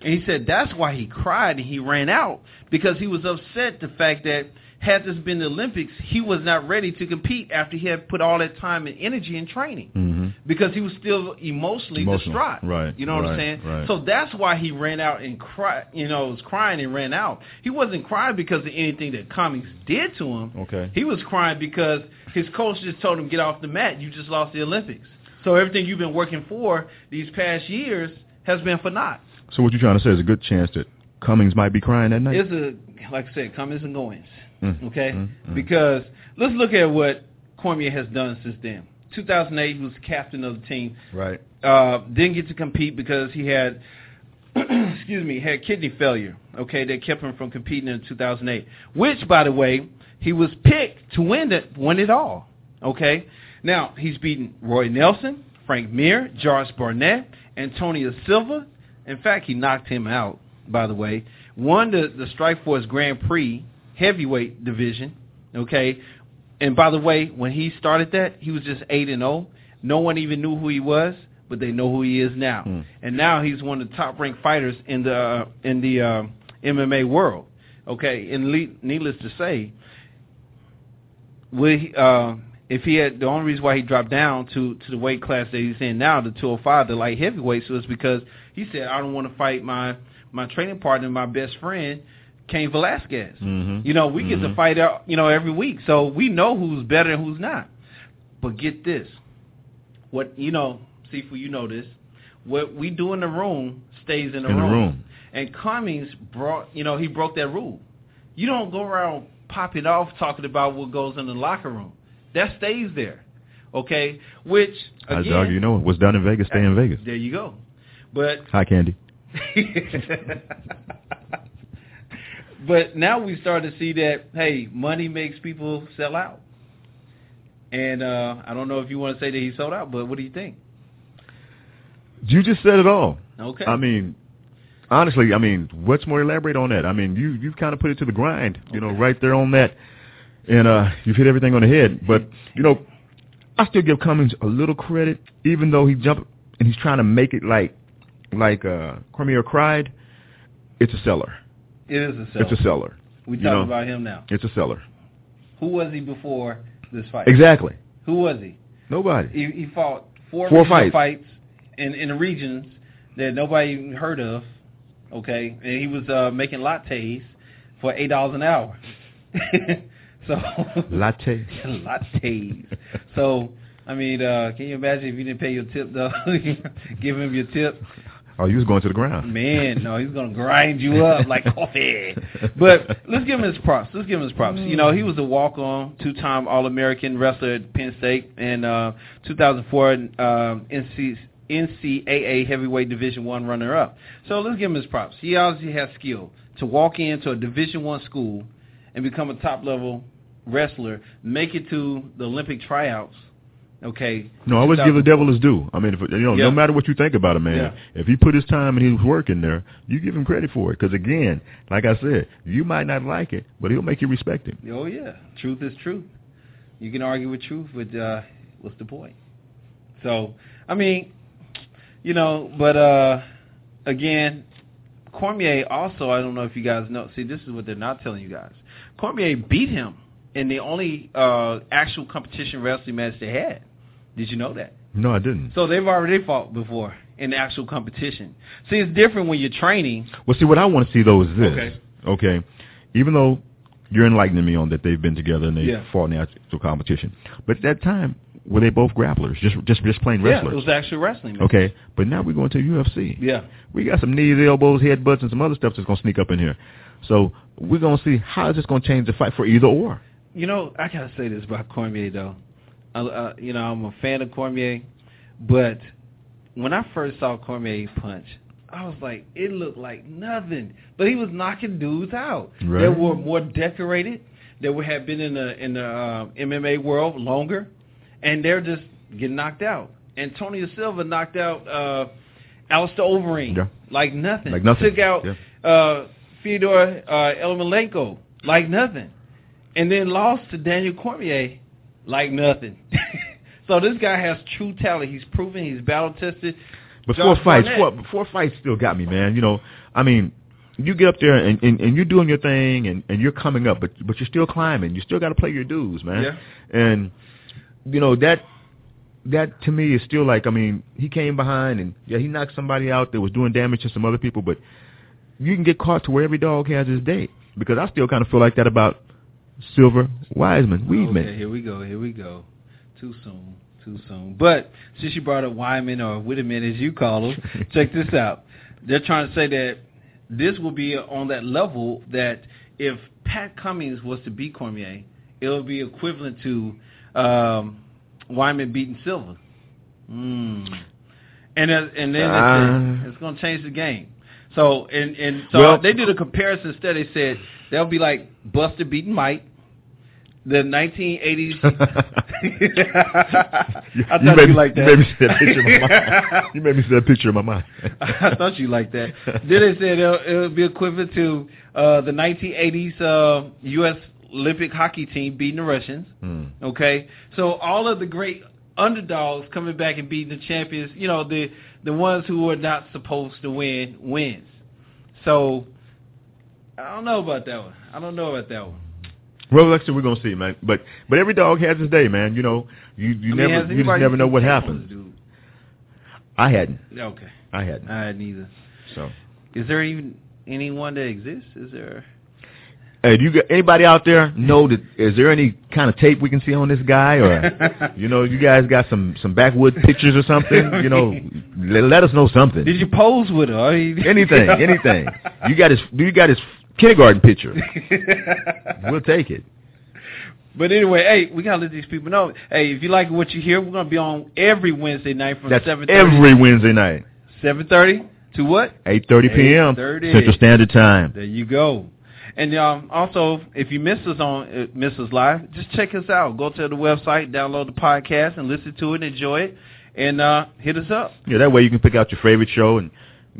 Speaker 2: And he said that's why he cried and he ran out because he was upset the fact that had this been the Olympics, he was not ready to compete after he had put all that time and energy in training.
Speaker 3: Mm-hmm.
Speaker 2: because he was still emotionally
Speaker 3: Emotional,
Speaker 2: distraught.
Speaker 3: right,
Speaker 2: You know what I'm
Speaker 3: right,
Speaker 2: saying?
Speaker 3: right.
Speaker 2: So that's why he ran out and cried. You know, was crying and ran out. He wasn't crying because of anything that comics did to him.
Speaker 3: Okay.
Speaker 2: He was crying because his coach just told him, "Get off the mat. You just lost the Olympics. So everything you've been working for these past years has been for naught."
Speaker 3: So what you're trying to say is a good chance that Cummings might be crying that night.
Speaker 2: It's a like I said, comings and goings.
Speaker 3: Mm,
Speaker 2: Okay,
Speaker 3: mm, mm.
Speaker 2: because let's look at what Cormier has done since then. 2008, he was captain of the team.
Speaker 3: right.
Speaker 2: Uh, didn't get to compete because he had, excuse me, had kidney failure. Okay, that kept him from competing in 2008. Which, by the way, he was picked to win it, win it all. Okay, now he's beaten Roy Nelson, Frank Mir, Josh Barnett, Antonio Silva. In fact, he knocked him out. By the way, won the the Strikeforce Grand Prix heavyweight division. Okay, and by the way, when he started that, he was just eight and zero. No one even knew who he was, but they know who he is now. And now he's one of the top ranked fighters in the uh, in the uh, MMA world. Okay, and le- needless to say, would he, uh, if he had the only reason why he dropped down to to the weight class that he's in now, the 205, the light heavyweights, was because he said, I don't want to fight my my training partner, my best friend, Cain Velasquez.
Speaker 3: Mhm.
Speaker 2: You know, we get
Speaker 3: Mhm.
Speaker 2: to fight out, you know, every week, so we know who's better and who's not. But get this, what you know, Sifu, you know this. What we do in the room stays in the
Speaker 3: In the
Speaker 2: room.
Speaker 3: room.
Speaker 2: And Cummings brought, you know, he broke that rule. You don't go around popping off talking about what goes in the locker room. That stays there, okay? Which
Speaker 3: I
Speaker 2: again,
Speaker 3: dog, you know what's done in Vegas, stay in Vegas.
Speaker 2: there you go. But
Speaker 3: Hi, Candy.
Speaker 2: but now we start to see that hey, money makes people sell out. And uh, I don't know if you want to say that he sold out, but what do you think?
Speaker 3: You just said it all.
Speaker 2: Okay.
Speaker 3: I mean, honestly, I mean, what's more elaborate on that? I mean, you you kind of put it to the grind, you know, right there on that, and uh, you've hit everything on the head. But you know, I still give Cummings a little credit, even though he jumped and he's trying to make it like like uh, Cormier cried. It's a seller.
Speaker 2: it is a sell.
Speaker 3: It's a seller.
Speaker 2: we
Speaker 3: you
Speaker 2: talking
Speaker 3: know.
Speaker 2: about him now.
Speaker 3: It's a seller.
Speaker 2: Who was he before this fight?
Speaker 3: Exactly.
Speaker 2: Who was he?
Speaker 3: Nobody.
Speaker 2: He, he fought four,
Speaker 3: Four
Speaker 2: regional
Speaker 3: fights.
Speaker 2: in, in regions that nobody even heard of. Okay, and he was uh, making lattes for eight dollars an hour. so
Speaker 3: Latte.
Speaker 2: lattes. So I mean, uh, can you imagine if you didn't pay your tip though? Give him your tip,
Speaker 3: Oh, you was going to the ground.
Speaker 2: man. No, he's gonna grind you up like coffee. But let's give him his props. Let's give him his props. You know, he was a walk-on, two-time All-American wrestler at Penn State, and uh, 2004 um, NC, NCAA heavyweight Division One runner-up. So let's give him his props. He obviously has skill to walk into a Division One school and become a top-level wrestler, make it to the Olympic tryouts. Okay.
Speaker 3: No, I always give the
Speaker 2: 2004.
Speaker 3: devil his due. I mean, if, you know,
Speaker 2: Yeah.
Speaker 3: no matter what you think about a man,
Speaker 2: Yeah.
Speaker 3: if he put his time and he was working there, you give him credit for it. Because again, like I said, you might not like it, but he'll make you respect him.
Speaker 2: Oh yeah, truth is truth. You can argue with truth, but uh, what's the point? So, I mean, you know, but uh, again, Cormier also. I don't know if you guys know. See, this is what they're not telling you guys. Cormier beat him in the only uh, actual competition wrestling match they had. Did you know that?
Speaker 3: No, I didn't.
Speaker 2: So they've already fought before in the actual competition. See, it's different when you're training.
Speaker 3: Well, see, what I want to see though is this.
Speaker 2: Okay.
Speaker 3: Okay. Even though you're enlightening me on that they've been together and they
Speaker 2: Yeah.
Speaker 3: fought in the actual competition, but at that time were they both grapplers, just just just plain
Speaker 2: Yeah, it
Speaker 3: wrestlers?
Speaker 2: was actual wrestling. Match.
Speaker 3: okay. But now we're going to UFC.
Speaker 2: Yeah.
Speaker 3: We got some knees, elbows, headbutts, and some other stuff that's gonna sneak up in here. So we're gonna see how is this gonna change the fight for either or.
Speaker 2: You know, I gotta say this about Cormier though. I, uh, you know, I'm a fan of Cormier, but when I first saw Cormier punch, I was like, it looked like nothing. But he was knocking dudes out.
Speaker 3: Right.
Speaker 2: They were more decorated. They were, had been in the in the uh, MMA world longer, and they're just getting knocked out. Antonio Silva knocked out uh, Alistair Overeem
Speaker 3: Yeah.
Speaker 2: like nothing.
Speaker 3: Like nothing.
Speaker 2: Took out
Speaker 3: Yeah.
Speaker 2: uh, Fedor uh, Emelianenko like nothing, and then lost to Daniel Cormier like nothing. so this guy has true talent. He's proven. He's battle tested.
Speaker 3: But
Speaker 2: Josh
Speaker 3: four fights, four,
Speaker 2: Barnett.
Speaker 3: four fights still got me, man. You know, I mean, you get up there and, and, and you're doing your thing and, and you're coming up, but but you're still climbing. You still got to play your dues, man.
Speaker 2: Yeah.
Speaker 3: And you know that that to me is still like I mean he came behind and yeah he knocked somebody out that was doing damage to some other people, but you can get caught to where every dog has his day because I still kind of feel like that about Silver Wiseman Weedman.
Speaker 2: Oh, Okay, here we go. Here we go. Too soon. Too soon. But since you brought up Wyman or Whitman as you call him, check this out. They're trying to say that this will be on that level that if Pat Cummings was to beat Cormier, it would be equivalent to um, Wyman beating Silver. Mm. And uh, and then it's, it's going to change the game. So and and so
Speaker 3: Well-
Speaker 2: they did a comparison instead. They said that'll be like Buster beating Mike. The 1980s. I
Speaker 3: You-
Speaker 2: thought
Speaker 3: you, made,
Speaker 2: you like
Speaker 3: you
Speaker 2: that.
Speaker 3: made me see that picture in my mind. You made me see that picture in my mind.
Speaker 2: I thought you liked that. Then they said it'll, it'll be equivalent to uh, the 1980s uh, U.S. Olympic hockey team beating the Russians.
Speaker 3: Hmm.
Speaker 2: Okay, so all of the great underdogs coming back and beating the champions. You know, the the ones who are not supposed to win wins. So I don't know about that one. I don't know about that one.
Speaker 3: Well, Lexi, we're gonna see, man. But but every dog has his day, man. You know, you you
Speaker 2: I mean, has
Speaker 3: never you just
Speaker 2: anybody
Speaker 3: never know
Speaker 2: seen
Speaker 3: what
Speaker 2: Takeover,
Speaker 3: happens.
Speaker 2: dude?
Speaker 3: I hadn't,
Speaker 2: Okay,
Speaker 3: I hadn't.
Speaker 2: I neither.
Speaker 3: So,
Speaker 2: Is there even anyone that exists? Is there?
Speaker 3: hey, do you got anybody out there know that? Is there any kind of tape we can see on this guy, or you know, you guys got some some backwood pictures or something? You know, let, let us know something.
Speaker 2: Did you pose with her? I mean-
Speaker 3: anything, anything. You got his you got his kindergarten picture. we'll take it.
Speaker 2: But anyway, hey, we gotta let these people know. Hey, if you like what you hear, we're gonna be on every Wednesday night from
Speaker 3: That's
Speaker 2: seven thirty.
Speaker 3: every Wednesday night,
Speaker 2: Seven thirty to what?
Speaker 3: 8:30 p.m.
Speaker 2: 8:30.
Speaker 3: Central Standard Time.
Speaker 2: There you go. And um, also, if you miss us on uh, miss us live, just check us out. Go to the website, download the podcast, and listen to it, enjoy it, and uh, hit us up.
Speaker 3: Yeah, that way you can pick out your favorite show and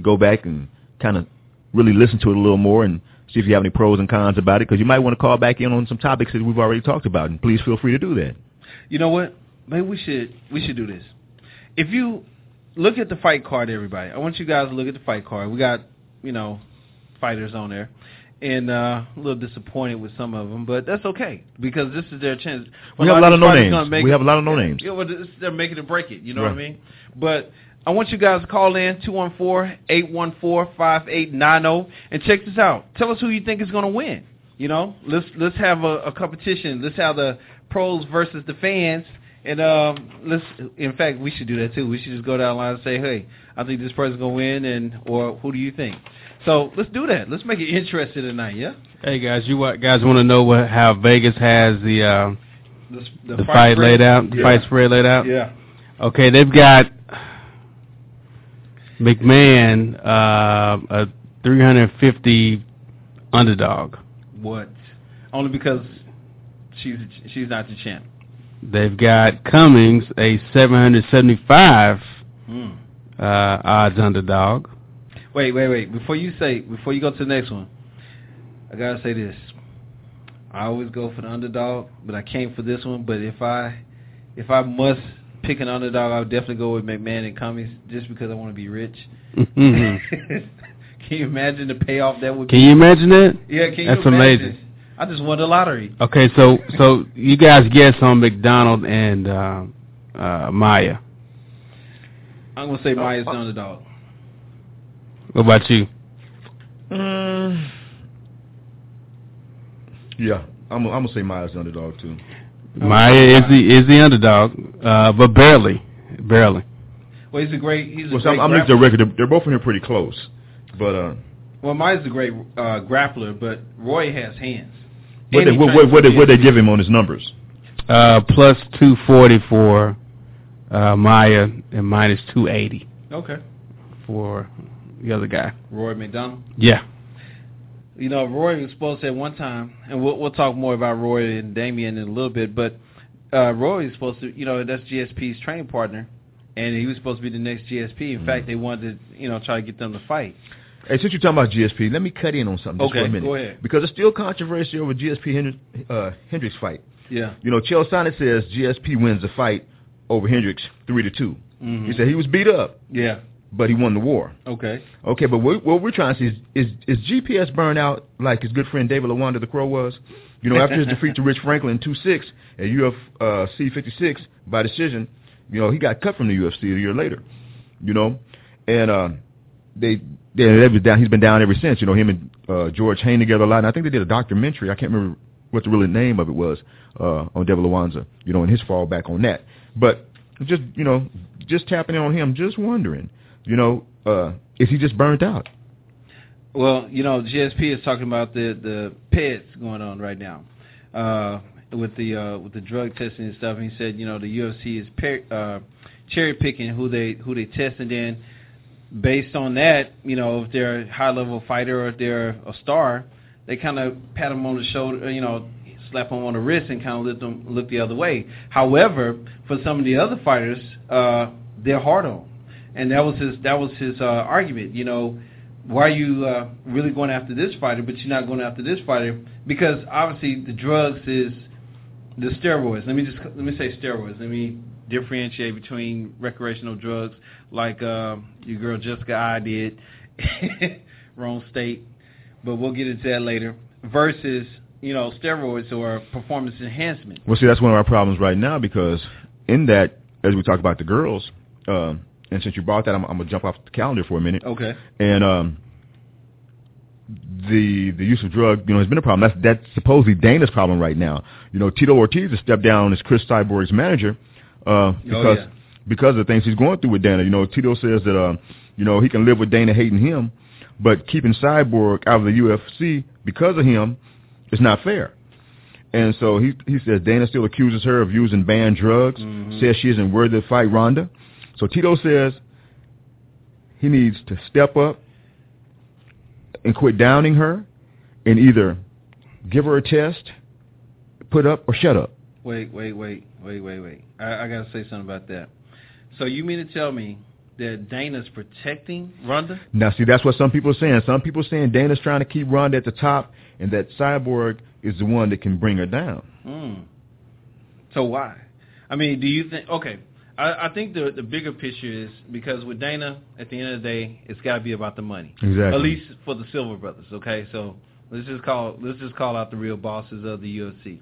Speaker 3: go back and kind of really listen to it a little more and see if you have any pros and cons about it because you might want to call back in on some topics that we've already talked about and please feel free to do that.
Speaker 2: You know what? Maybe we should we should do this. If you look at the fight card, everybody, I want you guys to look at the fight card. We got you know fighters on there, and uh, a little disappointed with some of them, but that's okay because this is their chance.
Speaker 3: We have a lot of
Speaker 2: these
Speaker 3: no
Speaker 2: fighters gonna
Speaker 3: names.
Speaker 2: make
Speaker 3: We
Speaker 2: it-
Speaker 3: have a lot of no names.
Speaker 2: yeah, well, this, they're making it break it. You know what I
Speaker 3: Right.
Speaker 2: mean? But I want you guys to call in 214-814-5890 oh, and check this out. Tell us who you think is going to win. You know, let's let's have a, a competition. Let's have the pros versus the fans. And um, let's. In fact, we should do that too. We should just go down the line and say, "Hey, I think this person's gonna win," and or "Who do you think?" So let's do that. Let's make it interesting tonight. Yeah,
Speaker 5: Hey guys, you wa- guys want to know what, how Vegas has the uh,
Speaker 2: the, s-
Speaker 5: the, fight,
Speaker 2: spread.
Speaker 5: laid out, the fight spread laid out?
Speaker 2: Yeah,
Speaker 5: Okay, they've got McMahon, uh, a 350 underdog.
Speaker 2: what? Only because she's she's not the champ.
Speaker 5: They've got Cummings, a 775
Speaker 2: Mm.
Speaker 5: uh, odds underdog.
Speaker 2: Wait, wait, wait. Before you say, before you go to the next one, I gotta say this. I always go for the underdog, but I came for this one. But if I, if I must pick an underdog, I would definitely go with McMahon and Cummings, just because I want to be rich.
Speaker 5: Mhm.
Speaker 2: Can you imagine the payoff that would
Speaker 5: Can
Speaker 2: be?
Speaker 5: you imagine that?
Speaker 2: yeah, can you
Speaker 5: That's
Speaker 2: imagine?
Speaker 5: amazing.
Speaker 2: I just won the lottery.
Speaker 5: Okay, so so you guys guess on McDonald and uh, uh, Maya.
Speaker 2: I'm gonna say Maya's the underdog.
Speaker 5: What about you?
Speaker 6: Mm.
Speaker 3: Yeah, I'm, I'm gonna say Myers underdog too.
Speaker 5: Maya is the is the underdog, uh, but barely, barely.
Speaker 2: Well, he's a great. He's a
Speaker 3: Well, so I'm,
Speaker 2: great
Speaker 3: I'm looking at
Speaker 2: grappler.
Speaker 3: the record. They're, they're both in here pretty close, but uh,
Speaker 2: Well, Maya's a great uh, grappler, but Roy has hands.
Speaker 3: what
Speaker 2: And
Speaker 3: they,
Speaker 2: he
Speaker 3: what,
Speaker 2: trains
Speaker 3: what, what,
Speaker 2: with
Speaker 3: they,
Speaker 2: the
Speaker 3: what they give him on his numbers?
Speaker 5: Uh, plus two forty for uh, Maya and minus two eighty
Speaker 2: Okay.
Speaker 5: for the other guy.
Speaker 2: Roy McDonald.
Speaker 5: Yeah.
Speaker 2: You know, Roy was supposed to at one time, and we'll, we'll talk more about Roy and Damien in a little bit, but uh, Roy is supposed to, you know, that's GSP's training partner, and he was supposed to be the next GSP. In fact, they wanted to, you know, try to get them to fight.
Speaker 3: Hey, since you're talking about GSP, let me cut in on something just for
Speaker 2: Okay,
Speaker 3: a minute.
Speaker 2: go ahead.
Speaker 3: Because there's still controversy over GSP Hendrix, uh, Hendricks fight.
Speaker 2: Yeah.
Speaker 3: You know, Chael Sonnen says GSP wins the fight over Hendricks three to 2
Speaker 2: Mhm.
Speaker 3: He said he was beat up,
Speaker 2: Yeah.
Speaker 3: but he won the war.
Speaker 2: Okay.
Speaker 3: Okay, but what, what we're trying to see is, is is GPS burnout like his good friend David Lawanda the Crow was? You know, after his defeat to Rich Franklin two six at UFC uh, fifty six by decision, You know, he got cut from the UFC a year later. You know, and uh, they they that was down. He's been down ever since. You know, him and uh, George Hayne together a lot. And I think they did a documentary. I can't remember what the really name of it was uh, on Devil Alonzo. You know, and his fall back on that. But just you know, just tapping in on him. Just wondering. You know, uh, is he just burnt out?
Speaker 2: Well, you know, GSP is talking about the the pets going on right now uh, with the uh, with the drug testing and stuff. And he said, you know, the UFC is per- uh, cherry picking who they who they tested in. Based on that, you know, if they're a high level fighter or if they're a star, they kind of pat them on the shoulder, you know, slap them on the wrist and kind of let them look the other way. However, for some of the other fighters, uh, they're hard on, and that was his that was his uh, argument. You know, why are you uh, really going after this fighter, but you're not going after this fighter? Because obviously the drugs is the steroids. Let me just let me say steroids. Let me differentiate between recreational drugs like uh, your girl Jessica I did, wrong state, but we'll get into that later. Versus you know steroids or performance enhancement.
Speaker 3: Well, see, that's one of our problems right now because in that, as we talk about the girls, uh, and since you brought that, I'm, I'm gonna jump off the calendar for a minute.
Speaker 2: Okay.
Speaker 3: And um, the the use of drug, you know, has been a problem. That's that's supposedly Dana's problem right now. You know, Tito Ortiz has stepped down as Chris Cyborg's manager uh, because
Speaker 2: yeah.
Speaker 3: because of the things he's going through with Dana. You know, Tito says that uh, you know he can live with Dana hating him, but keeping Cyborg out of the UFC because of him is not fair. And so he he says Dana still accuses her of using banned drugs, says she isn't worthy to fight Ronda. So Tito says he needs to step up and quit downing her and either give her a test, put up, or shut up.
Speaker 2: Wait, wait, wait, wait, wait, wait. I, I gotta say something about that. So you mean to tell me that Dana's protecting Ronda?
Speaker 3: Now, see, that's what some people are saying. Some people are saying Dana's trying to keep Ronda at the top and that Cyborg is the one that can bring her down.
Speaker 2: Mm. So why? I mean, do you think? Okay, I, I think the the bigger picture is because with Dana, at the end of the day, it's got to be about the money.
Speaker 3: Exactly.
Speaker 2: At least for the Silver Brothers. Okay, so let's just call let's just call out the real bosses of the UFC.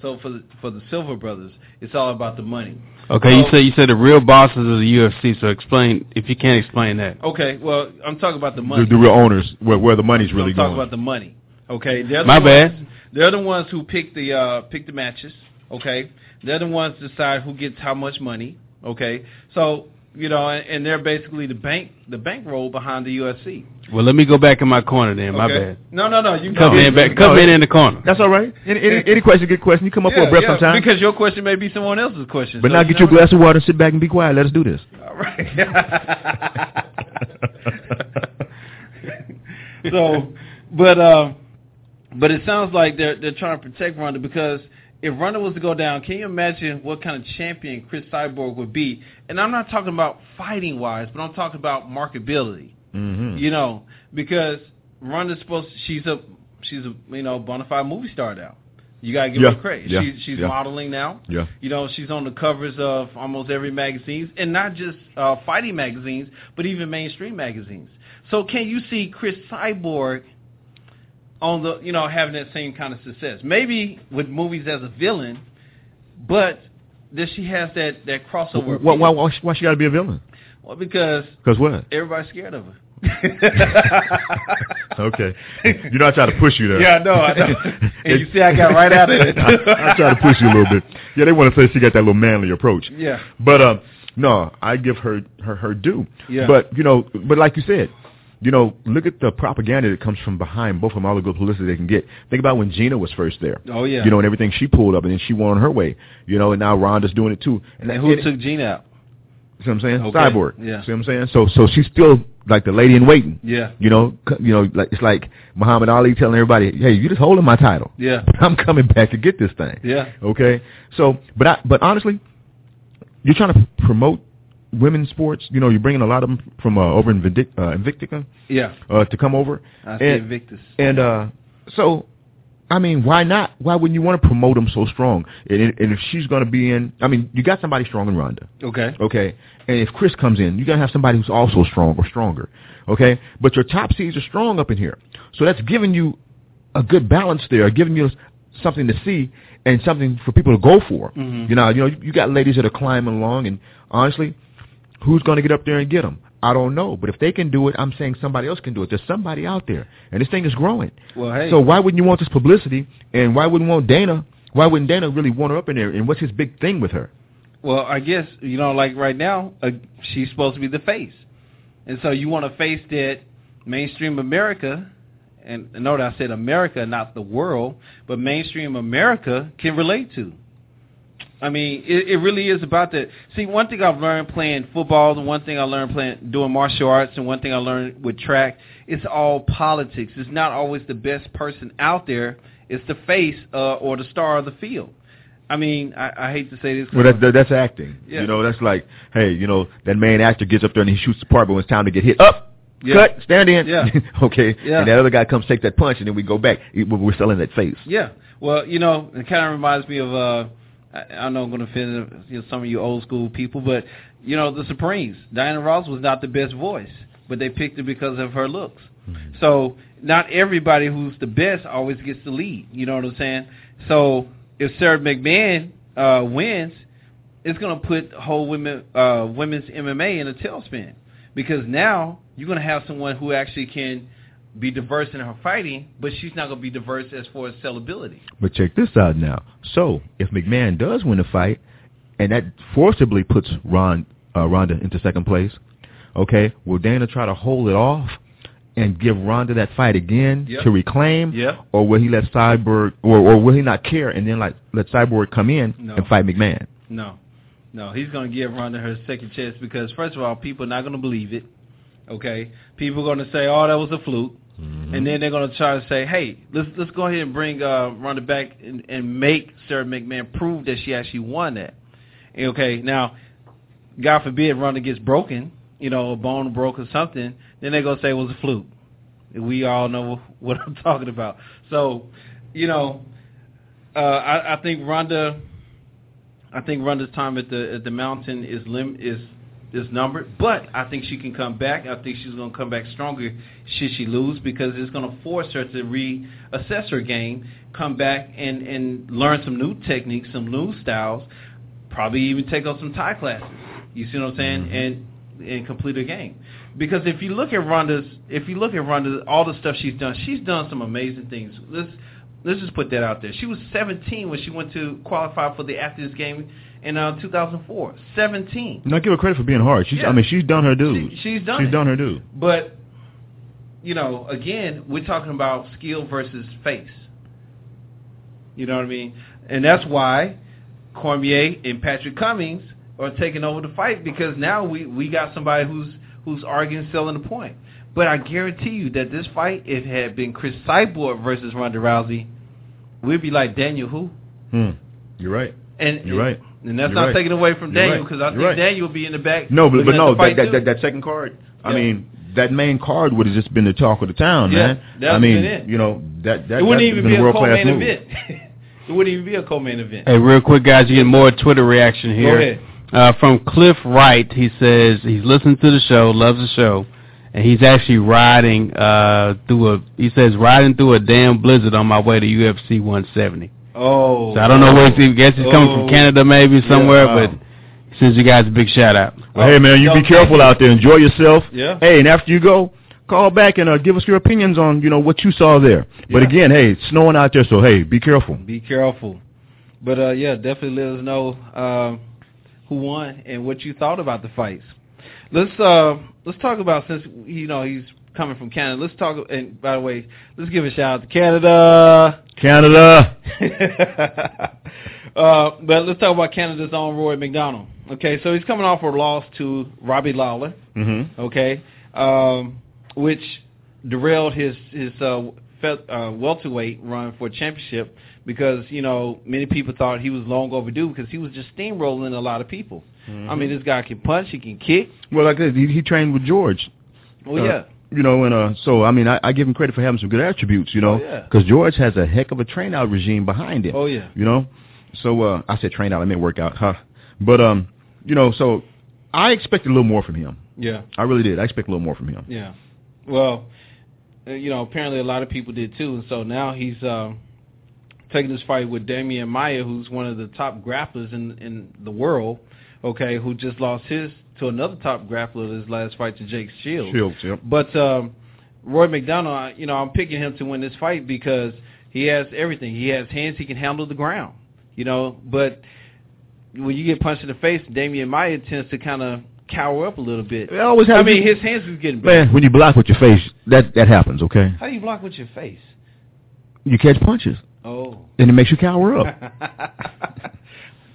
Speaker 2: So for the, for the Silver Brothers, it's all about the money.
Speaker 5: Okay, you
Speaker 2: So-
Speaker 5: say you said the real bosses of the UFC. So explain if you can't explain that.
Speaker 2: Okay, well, I'm talking about the
Speaker 3: The,
Speaker 2: money.
Speaker 3: the real owners, where, where the money's really
Speaker 2: I'm talking
Speaker 3: going.
Speaker 2: about the money. Okay, they're the
Speaker 5: My
Speaker 2: ones-
Speaker 5: bad.
Speaker 2: They're the ones who pick the uh, pick the matches. Okay, they're the ones that decide who gets how much money. Okay, so you know, and, and they're basically the bank the bankroll behind the UFC.
Speaker 5: Well, let me go back in my corner then. My
Speaker 2: okay?
Speaker 5: bad.
Speaker 2: No, no, no. You can
Speaker 5: Come
Speaker 2: go.
Speaker 5: in back. Come in in the corner.
Speaker 3: that's all right. Any, any, any question, good question. You come up
Speaker 2: Yeah,
Speaker 3: for a breath
Speaker 2: yeah,
Speaker 3: sometime.
Speaker 2: because your question may be someone else's question.
Speaker 3: but
Speaker 2: so
Speaker 3: now
Speaker 2: you
Speaker 3: get your
Speaker 2: never know.
Speaker 3: glass of water, sit back, and be quiet. Let us do this.
Speaker 2: All right. so, but uh, but it sounds like they're they're trying to protect Ronda because if Ronda was to go down, can you imagine what kind of champion Chris Cyborg would be? And I'm not talking about fighting wise, but I'm talking about marketability.
Speaker 3: Mm-hmm. Hmm.
Speaker 2: You know, because Ronda's supposed she's a she's a you know bona fide movie star now. You gotta give
Speaker 3: Yeah,
Speaker 2: her credit.
Speaker 3: yeah,
Speaker 2: She, she's
Speaker 3: yeah.
Speaker 2: modeling now.
Speaker 3: Yeah.
Speaker 2: You know, she's on the covers of almost every magazines, and not just uh, fighting magazines, but even mainstream magazines. So can you see Chris Cyborg on the you know having that same kind of success? Maybe with movies as a villain, but that she has that that crossover.
Speaker 3: Why, why,
Speaker 2: appeal.
Speaker 3: why, she- why she got to be a villain?
Speaker 2: Well, because
Speaker 3: Because what?
Speaker 2: everybody's scared of her.
Speaker 3: Okay. You know, I try to push you there.
Speaker 2: Yeah, I know, I know. And you see, I got right out of it.
Speaker 3: I, I try to push you a little bit. Yeah, they want to say she got that little manly approach.
Speaker 2: Yeah.
Speaker 3: But um, no, I give her her her due.
Speaker 2: Yeah.
Speaker 3: But you know, but like you said, you know, look at the propaganda that comes from behind both of them, all the good publicity they can get. Think about when Gina was first there.
Speaker 2: Oh, yeah.
Speaker 3: You know, and everything she pulled up, and then she went on her way. You know, and now Rhonda's doing it too. And,
Speaker 2: And who
Speaker 3: it-
Speaker 2: took Gina out?
Speaker 3: See what I'm saying?
Speaker 2: Okay.
Speaker 3: Cyborg.
Speaker 2: Yeah.
Speaker 3: See what I'm saying? So so she's still like the lady in waiting.
Speaker 2: Yeah.
Speaker 3: You know, c- you know, like it's like Muhammad Ali telling everybody, "Hey, you just holding my title.
Speaker 2: Yeah.
Speaker 3: I'm coming back to get this thing."
Speaker 2: Yeah.
Speaker 3: Okay. So, but I but honestly, you're trying to promote women's sports. You know, you're bringing a lot of them from uh, over in Vindic- uh, Invictica
Speaker 2: Yeah.
Speaker 3: uh, to come over.
Speaker 2: I see
Speaker 3: and,
Speaker 2: Invictus.
Speaker 3: and uh, so, I mean, why not? Why wouldn't you want to promote them so strong? And, and if she's going to be in, I mean, you got somebody strong in Ronda.
Speaker 2: Okay.
Speaker 3: Okay. And if Chris comes in, you're going to have somebody who's also strong or stronger. Okay. But your top seeds are strong up in here. So that's giving you a good balance there, giving you something to see and something for people to go for. You know, you know, you- you got ladies that are climbing along, and honestly, who's going to get up there and get them? I don't know, but if they can do it, I'm saying somebody else can do it. There's somebody out there, and this thing is growing.
Speaker 2: Well, hey.
Speaker 3: So why wouldn't you want this publicity, and why wouldn't want Dana? Why wouldn't Dana really want her up in there? And what's his big thing with her?
Speaker 2: Well, I guess you know, like right now, uh, she's supposed to be the face, and so you want a face that mainstream America, and note I said America, not the world, but mainstream America can relate to. I mean, it, it really is about that. See, one thing I've learned playing football, the one thing I learned playing doing martial arts, and one thing I learned with track, it's all politics. It's not always the best person out there. It's the face uh, or the star of the field. I mean, I, I hate to say this.
Speaker 3: Well, that, that, that's acting.
Speaker 2: Yeah.
Speaker 3: You know, that's like, hey, you know, that main actor gets up there and he shoots the part, but when it's time to get hit, up,
Speaker 2: Yeah.
Speaker 3: cut, stand in.
Speaker 2: Yeah.
Speaker 3: okay.
Speaker 2: Yeah.
Speaker 3: And that other guy comes take that punch, and then we go back. It- we- We're selling that face.
Speaker 2: Yeah. Well, you know, it kind of reminds me of uh, I, I know I'm going to offend you know, some of you old school people, but you know, the Supremes. Diana Ross was not the best voice, but they picked her because of her looks. So not everybody who's the best always gets the lead. You know what I'm saying? So if Sarah McMahon uh, wins, it's going to put whole women uh, women's MMA in a tailspin because now you're going to have someone who actually can be diverse in her fighting, but she's not going to be diverse as far as sellability.
Speaker 3: But check this out now. So if McMahon does win the fight, and that forcibly puts Ron uh, Ronda into second place, okay, will Dana try to hold it off and give Ronda that fight again
Speaker 2: Yep.
Speaker 3: to reclaim,
Speaker 2: Yep.
Speaker 3: or will he let Cyborg, or, or will he not care and then like let Cyborg come in
Speaker 2: No.
Speaker 3: and fight McMahon?
Speaker 2: No, no, he's going to give Ronda her second chance because first of all, people are not going to believe it. Okay, people are going to say, "Oh, that was a fluke," and then they're going to try to say, "Hey, let's let's go ahead and bring uh, Ronda back and, and make Sarah McMahon prove that she actually won that." And, okay, now, God forbid Ronda gets broken, you know, a bone broke or something, then they're going to say it was a fluke. We all know what I'm talking about. So, you know, uh, I, I think Ronda. I think Ronda's time at the at the mountain is lim is is numbered, but I think she can come back. I think she's going to come back stronger should she lose because it's going to force her to reassess her game, come back and and learn some new techniques, some new styles, probably even take up some Thai classes. You see what I'm saying? And and complete her game. Because if you look at Ronda's, if you look at Ronda, all the stuff she's done, she's done some amazing things. Let's let's just put that out there. She was 17 when she went to qualify for the Athens game in uh, 2004. 17.
Speaker 3: Now give her credit for being hard. She's,
Speaker 2: Yeah.
Speaker 3: I mean, she's done her due.
Speaker 2: She, she's done.
Speaker 3: she's
Speaker 2: it.
Speaker 3: done her due.
Speaker 2: But you know, again, we're talking about skill versus face. You know what I mean? And that's why Cormier and Patrick Cummings are taking over the fight because now we we got somebody who's who's arguing selling the point. But I guarantee you that this fight, if it had been Chris Cyborg versus Ronda Rousey, we'd be like Daniel who.
Speaker 3: Hmm. You're right.
Speaker 2: And
Speaker 3: You're right.
Speaker 2: And that's
Speaker 3: You're
Speaker 2: not
Speaker 3: right.
Speaker 2: taken away from
Speaker 3: You're
Speaker 2: Daniel
Speaker 3: right.
Speaker 2: because I
Speaker 3: You're
Speaker 2: think
Speaker 3: right.
Speaker 2: Daniel will be in the back.
Speaker 3: No, but,
Speaker 2: looking
Speaker 3: but
Speaker 2: at
Speaker 3: no,
Speaker 2: the fight
Speaker 3: that, that,
Speaker 2: too.
Speaker 3: that that second card. I
Speaker 2: Yeah.
Speaker 3: mean, that main card would have just been the talk of the town,
Speaker 2: Yeah,
Speaker 3: man.
Speaker 2: that
Speaker 3: I
Speaker 2: would've
Speaker 3: mean,
Speaker 2: been it.
Speaker 3: you know, that that
Speaker 2: it wouldn't
Speaker 3: that's
Speaker 2: even
Speaker 3: been
Speaker 2: be a
Speaker 3: world class
Speaker 2: co-main
Speaker 3: move.
Speaker 2: event. it wouldn't even be a co-main event.
Speaker 5: Hey, real quick, guys, you get more Twitter reaction here.
Speaker 2: Go ahead.
Speaker 5: Uh, from Cliff Wright, he says he's listened to the show, loves the show, and he's actually riding uh, through a. He says riding through a damn blizzard on my way to UFC 170.
Speaker 2: Oh,
Speaker 5: So I don't know where he's. I guess he's coming
Speaker 2: Oh.
Speaker 5: from Canada, maybe somewhere.
Speaker 3: wow.
Speaker 5: But he says you guys a big shout out.
Speaker 3: Well, hey, man, you
Speaker 2: Yo,
Speaker 3: be careful out there. Enjoy yourself.
Speaker 2: Yeah.
Speaker 3: Hey, and after you go, call back and uh, give us your opinions on you know what you saw there. But
Speaker 2: Yeah.
Speaker 3: again, hey, it's snowing out there, so hey, be careful.
Speaker 2: Be careful. But uh, yeah, definitely let us know um, who won and what you thought about the fights. Let's uh, let's talk about since you know he's coming from Canada. Let's talk. And by the way, let's give a shout out to Canada.
Speaker 3: Canada.
Speaker 2: uh, but let's talk about Canada's own Roy McDonald. Okay, so he's coming off a loss to Robbie Lawler.
Speaker 3: Mm-hmm.
Speaker 2: okay, um, which derailed his his uh, fe- uh, welterweight run for championship because you know many people thought he was long overdue because he was just steamrolling a lot of people. I mean, this guy can punch, he can kick.
Speaker 3: Well, like I said, he, he trained with George.
Speaker 2: Well,
Speaker 3: Uh,
Speaker 2: yeah,
Speaker 3: You know, and uh, so I mean, I, I give him credit for having some good attributes. You know,
Speaker 2: Oh, yeah.
Speaker 3: because George has a heck of a train out regime behind him.
Speaker 2: Oh, yeah.
Speaker 3: You know, so uh, I said train out, I meant workout, huh? But um, you know, so I expected a little more from him.
Speaker 2: yeah,
Speaker 3: I really did. I expect a little more from him.
Speaker 2: yeah. Well, uh, you know, apparently a lot of people did too, and so now he's um, uh, taking this fight with Damian Maya, who's one of the top grapplers in in the world. Okay, who just lost his to another top grappler this last fight to Jake Shields.
Speaker 7: Shields, yep.
Speaker 2: But um, Roy McDonald, I- you know, I'm picking him to win this fight because he has everything. He has hands. He can handle the ground. You know, but when you get punched in the face, Damian Maya tends to kind of cower up a little bit.
Speaker 3: It always
Speaker 2: I
Speaker 3: happens.
Speaker 2: mean, his hands is getting better.
Speaker 3: man, when you block with your face, that that happens. Okay,
Speaker 2: How do you block with your face?
Speaker 3: you catch punches,
Speaker 2: Oh.
Speaker 3: and it makes you cower up.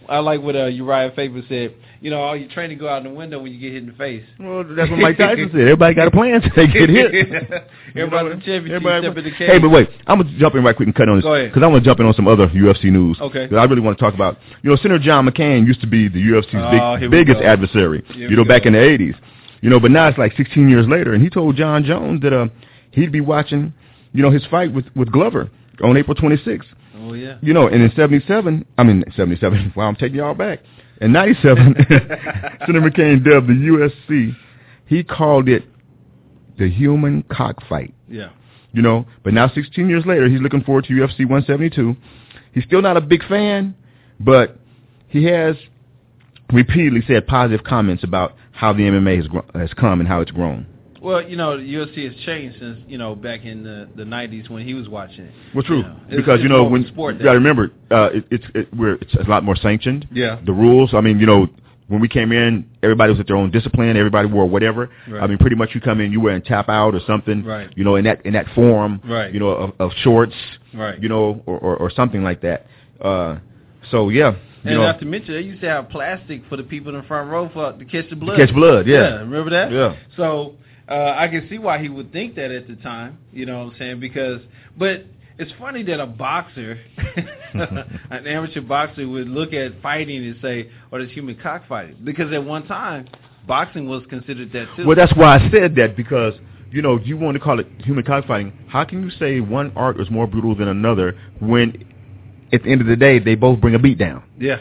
Speaker 2: I like what uh, Uriah Faber said. You know, all your training go out the window when you get hit in the face.
Speaker 3: well, that's what Mike Tyson said. Everybody got a plan to get hit.
Speaker 2: Everybody, the championship,
Speaker 3: Everybody-
Speaker 2: step in the cage.
Speaker 3: Hey, but wait, I'm gonna jump in right quick and cut on this
Speaker 2: Go ahead.
Speaker 3: because I want to jump in on some other UFC news.
Speaker 2: Okay.
Speaker 3: 'Cause I really want to talk about. You know, Senator John McCain used to be the UFC's
Speaker 2: Oh, here
Speaker 3: big,
Speaker 2: we
Speaker 3: biggest
Speaker 2: go.
Speaker 3: adversary.
Speaker 2: Here we
Speaker 3: you know, back
Speaker 2: go.
Speaker 3: in the '80s. You know, but now it's like 16 years later, and he told John Jones that uh, he'd be watching, you know, his fight with with Glover on April 26th.
Speaker 2: oh yeah.
Speaker 3: You know, and in 77, I mean, 77, wow, I'm taking y'all back. In 97, Senator McCain dubbed the USC, he called it the human cockfight,
Speaker 2: Yeah.
Speaker 3: you know. But now 16 years later, he's looking forward to UFC 172. He's still not a big fan, but he has repeatedly said positive comments about how the MMA has, gro- has come and how it's grown.
Speaker 2: Well, you know, the UFC has changed since you know back in the the '90s when he was watching it.
Speaker 3: Well, true,
Speaker 2: You know, it's-
Speaker 3: because
Speaker 2: it's
Speaker 3: you know
Speaker 2: more of a
Speaker 3: when
Speaker 2: sport
Speaker 3: you got to
Speaker 2: now.
Speaker 3: remember, uh, it, it's it, we're it's a lot more sanctioned.
Speaker 2: Yeah.
Speaker 3: the rules. I mean, you know, when we came in, everybody was at their own discipline. Everybody wore whatever.
Speaker 2: Right.
Speaker 3: I mean, pretty much you come in, you wearing tap out or something.
Speaker 2: Right.
Speaker 3: You know, in that in that form.
Speaker 2: Right.
Speaker 3: You know, of, of shorts.
Speaker 2: Right.
Speaker 3: You know, or, or or something like that. Uh, so yeah, you
Speaker 2: and
Speaker 3: know,
Speaker 2: not to mention, they used to have plastic for the people in the front row for to catch the blood.
Speaker 3: catch blood, yeah.
Speaker 2: remember that?
Speaker 3: Yeah.
Speaker 2: So uh, I can see why he would think that at the time. You know what I'm saying? Because, but it's funny that a boxer, an amateur boxer, would look at fighting and say, "Or this human cockfighting," because at one time, boxing was considered that too.
Speaker 3: Well, that's why I said that because you know you want to call it human cockfighting. How can you say one art is more brutal than another when, at the end of the day, they both bring a beat down?
Speaker 2: yeah.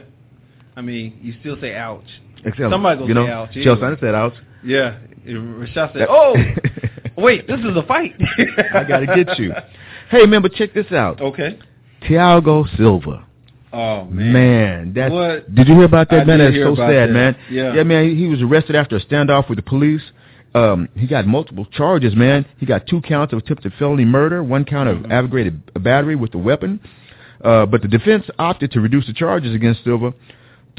Speaker 2: I mean, you still say "ouch."
Speaker 3: Except,
Speaker 2: Somebody gonna
Speaker 3: you know,
Speaker 2: say ouch,
Speaker 3: Chael
Speaker 2: anyway.
Speaker 3: Sonnen said ouch.
Speaker 2: Yeah. Rashad said, "Oh, wait, this is a fight."
Speaker 3: I gotta get you. Hey, man, but check this out.
Speaker 2: Okay.
Speaker 3: Thiago Silva,
Speaker 2: Oh man.
Speaker 3: man, that
Speaker 2: What?
Speaker 3: did you hear about that
Speaker 2: I
Speaker 3: man?
Speaker 2: did
Speaker 3: That's
Speaker 2: hear
Speaker 3: so
Speaker 2: about
Speaker 3: sad,
Speaker 2: that.
Speaker 3: man.
Speaker 2: Yeah.
Speaker 3: man, he was arrested after a standoff with the police. Um, he got multiple charges, man. He got two counts of attempted felony murder, one count
Speaker 2: Mm-hmm.
Speaker 3: of aggravated battery with a weapon. Uh, but the defense opted to reduce the charges against Silva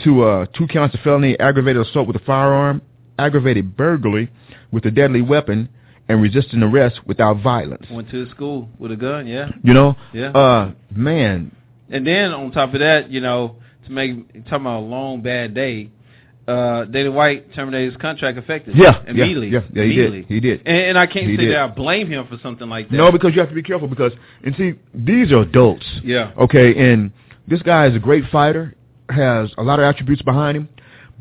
Speaker 3: to uh, two counts of felony aggravated assault with a firearm, aggravated burglary with a deadly weapon, and resisting arrest without violence.
Speaker 2: Went to school with a gun, yeah.
Speaker 3: You know,
Speaker 2: Yeah.
Speaker 3: uh, man,
Speaker 2: And then on top of that, you know, to make talking about a long bad day, uh, Dana White terminated his contract effective.
Speaker 3: Yeah, yeah,
Speaker 2: immediately.
Speaker 3: yeah, yeah, he did,
Speaker 2: immediately.
Speaker 3: he did.
Speaker 2: And, and I can't
Speaker 3: He
Speaker 2: say
Speaker 3: did.
Speaker 2: that I blame him for something like that.
Speaker 3: No, because you have to be careful because and see these are adults.
Speaker 2: Yeah.
Speaker 3: Okay, and this guy is a great fighter, has a lot of attributes behind him,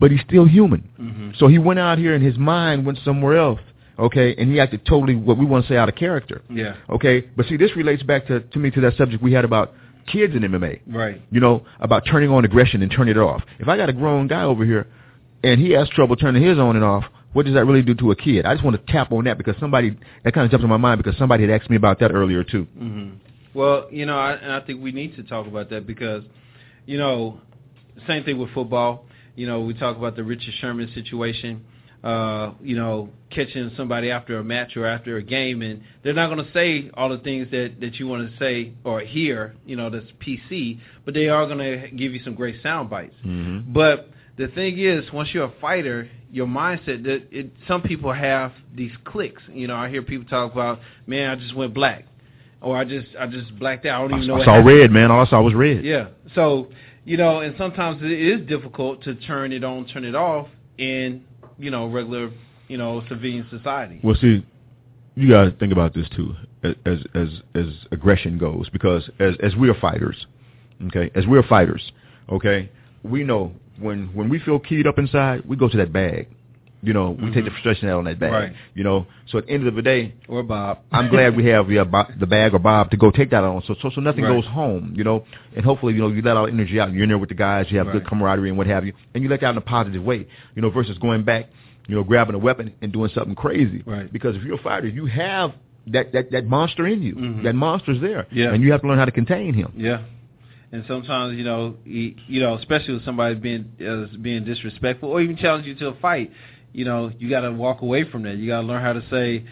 Speaker 3: but he's still human. So he went out here and his mind went somewhere else. Okay, and he acted totally what we want to say out of character.
Speaker 2: Yeah.
Speaker 3: Okay, but see this relates back to to me to that subject we had about kids in MMA.
Speaker 2: Right.
Speaker 3: You know about turning on aggression and turning it off. If I got a grown guy over here, and he has trouble turning his on and off, what does that really do to a kid? I just want to tap on that because somebody that kind of jumped in my mind because somebody had asked me about that earlier too.
Speaker 2: Well, you know, I, and I think we need to talk about that because, you know, same thing with football. You know, we talk about the Richard Sherman situation. Uh, you know, catching somebody after a match or after a game, and they're not going to say all the things that that you want to say or hear. You know, that's PC, but they are going to give you some great sound bites. But the thing is, once you're a fighter, your mindset that it, some people have these clicks. You know, I hear people talk about, man, I just went black, or I just I just blacked out. I don't
Speaker 3: I,
Speaker 2: even know.
Speaker 3: I
Speaker 2: what
Speaker 3: saw
Speaker 2: happened."
Speaker 3: red, man. All I saw was red.
Speaker 2: Yeah. So, you know, and sometimes it is difficult to turn it on, turn it off in, you know, regular, you know, civilian society.
Speaker 3: Well, see, you got to think about this too, as as as aggression goes, because as as we are fighters, okay, as we are fighters, okay, we know when when we feel keyed up inside, we go to that bag. You know, we take the frustration out on that bag.
Speaker 2: Mm-hmm. Right.
Speaker 3: You know, so at the end of the day,
Speaker 2: Or Bob.
Speaker 3: I'm glad we have yeah, Bo- the bag or Bob to go take that on. So so, so nothing
Speaker 2: Right.
Speaker 3: goes home, you know. And hopefully, you know, you let all energy out. You're in there with the guys. You have good
Speaker 2: Right.
Speaker 3: camaraderie and what have you, and you let that out in a positive way, you know, versus going back, you know, grabbing a weapon and doing something crazy.
Speaker 2: Right.
Speaker 3: Because if you're a fighter, you have that that, that monster in you. That monster's there.
Speaker 2: Mm-hmm. Yeah.
Speaker 3: And you have to learn how to contain him.
Speaker 2: Yeah. And sometimes, you know, you, you know, especially with somebody being uh, being disrespectful or even challenge you to a fight, you know, you got to walk away from that. You got to learn how to say,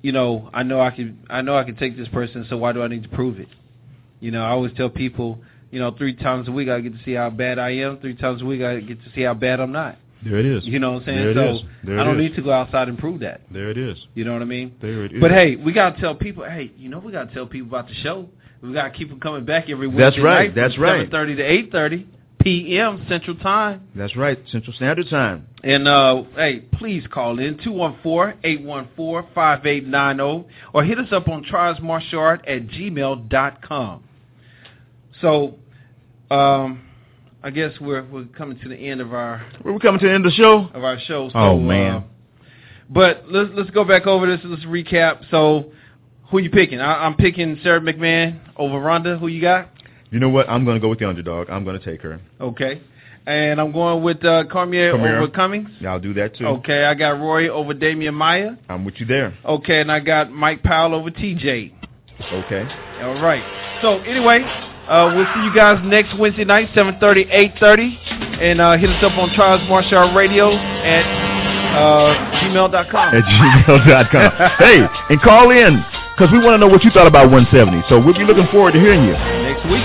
Speaker 2: you know, I know I can, I know I can take this person. So why do I need to prove it? You know, I always tell people, you know, three times a week I get to see how bad I am. Three times a week I get to see how bad I'm not.
Speaker 3: There it is.
Speaker 2: You know what I'm
Speaker 3: There
Speaker 2: saying?
Speaker 3: it
Speaker 2: so
Speaker 3: is. There
Speaker 2: I
Speaker 3: it
Speaker 2: don't
Speaker 3: is.
Speaker 2: need to go outside and prove that.
Speaker 3: There it is.
Speaker 2: You know what I mean?
Speaker 3: There it is.
Speaker 2: But hey, we gotta tell people. Hey, you know we gotta tell people about the show. We gotta keep them coming back every Wednesday
Speaker 3: That's right,
Speaker 2: night.
Speaker 3: that's right.
Speaker 2: Seven thirty to eight thirty p.m. Central Time.
Speaker 3: That's right. Central Standard Time.
Speaker 2: And uh, hey, please call in 214-814-5890 or hit us up on tribesmartialart at gmail.com. So, um, I guess we're we're coming to the end of our
Speaker 3: We're coming to the end of the show.
Speaker 2: of our show. So,
Speaker 3: Oh,
Speaker 2: uh,
Speaker 3: man.
Speaker 2: but let's let's go back over this. Let's recap. So, who you picking? I, I'm picking Sarah McMahon over Ronda. Who you got?
Speaker 3: You know what? I'm going to go with the underdog. I'm going to take her.
Speaker 2: Okay. And I'm going with uh, Cormier
Speaker 3: Cormier.
Speaker 2: over Cummings.
Speaker 3: Yeah, I'll do that too.
Speaker 2: Okay, I got Roy over Damian Maya.
Speaker 3: I'm with you there.
Speaker 2: Okay, and I got Mike Powell over TJ.
Speaker 3: Okay.
Speaker 2: All right. So anyway, uh, we'll see you guys next Wednesday night, 7.30, 8.30. And uh, hit us up on Trials Martial Art Radio at uh, gmail.com.
Speaker 3: At gmail.com. hey, and call in because we want to know what you thought about 170. So we'll be looking forward to hearing you.
Speaker 2: next week.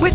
Speaker 8: With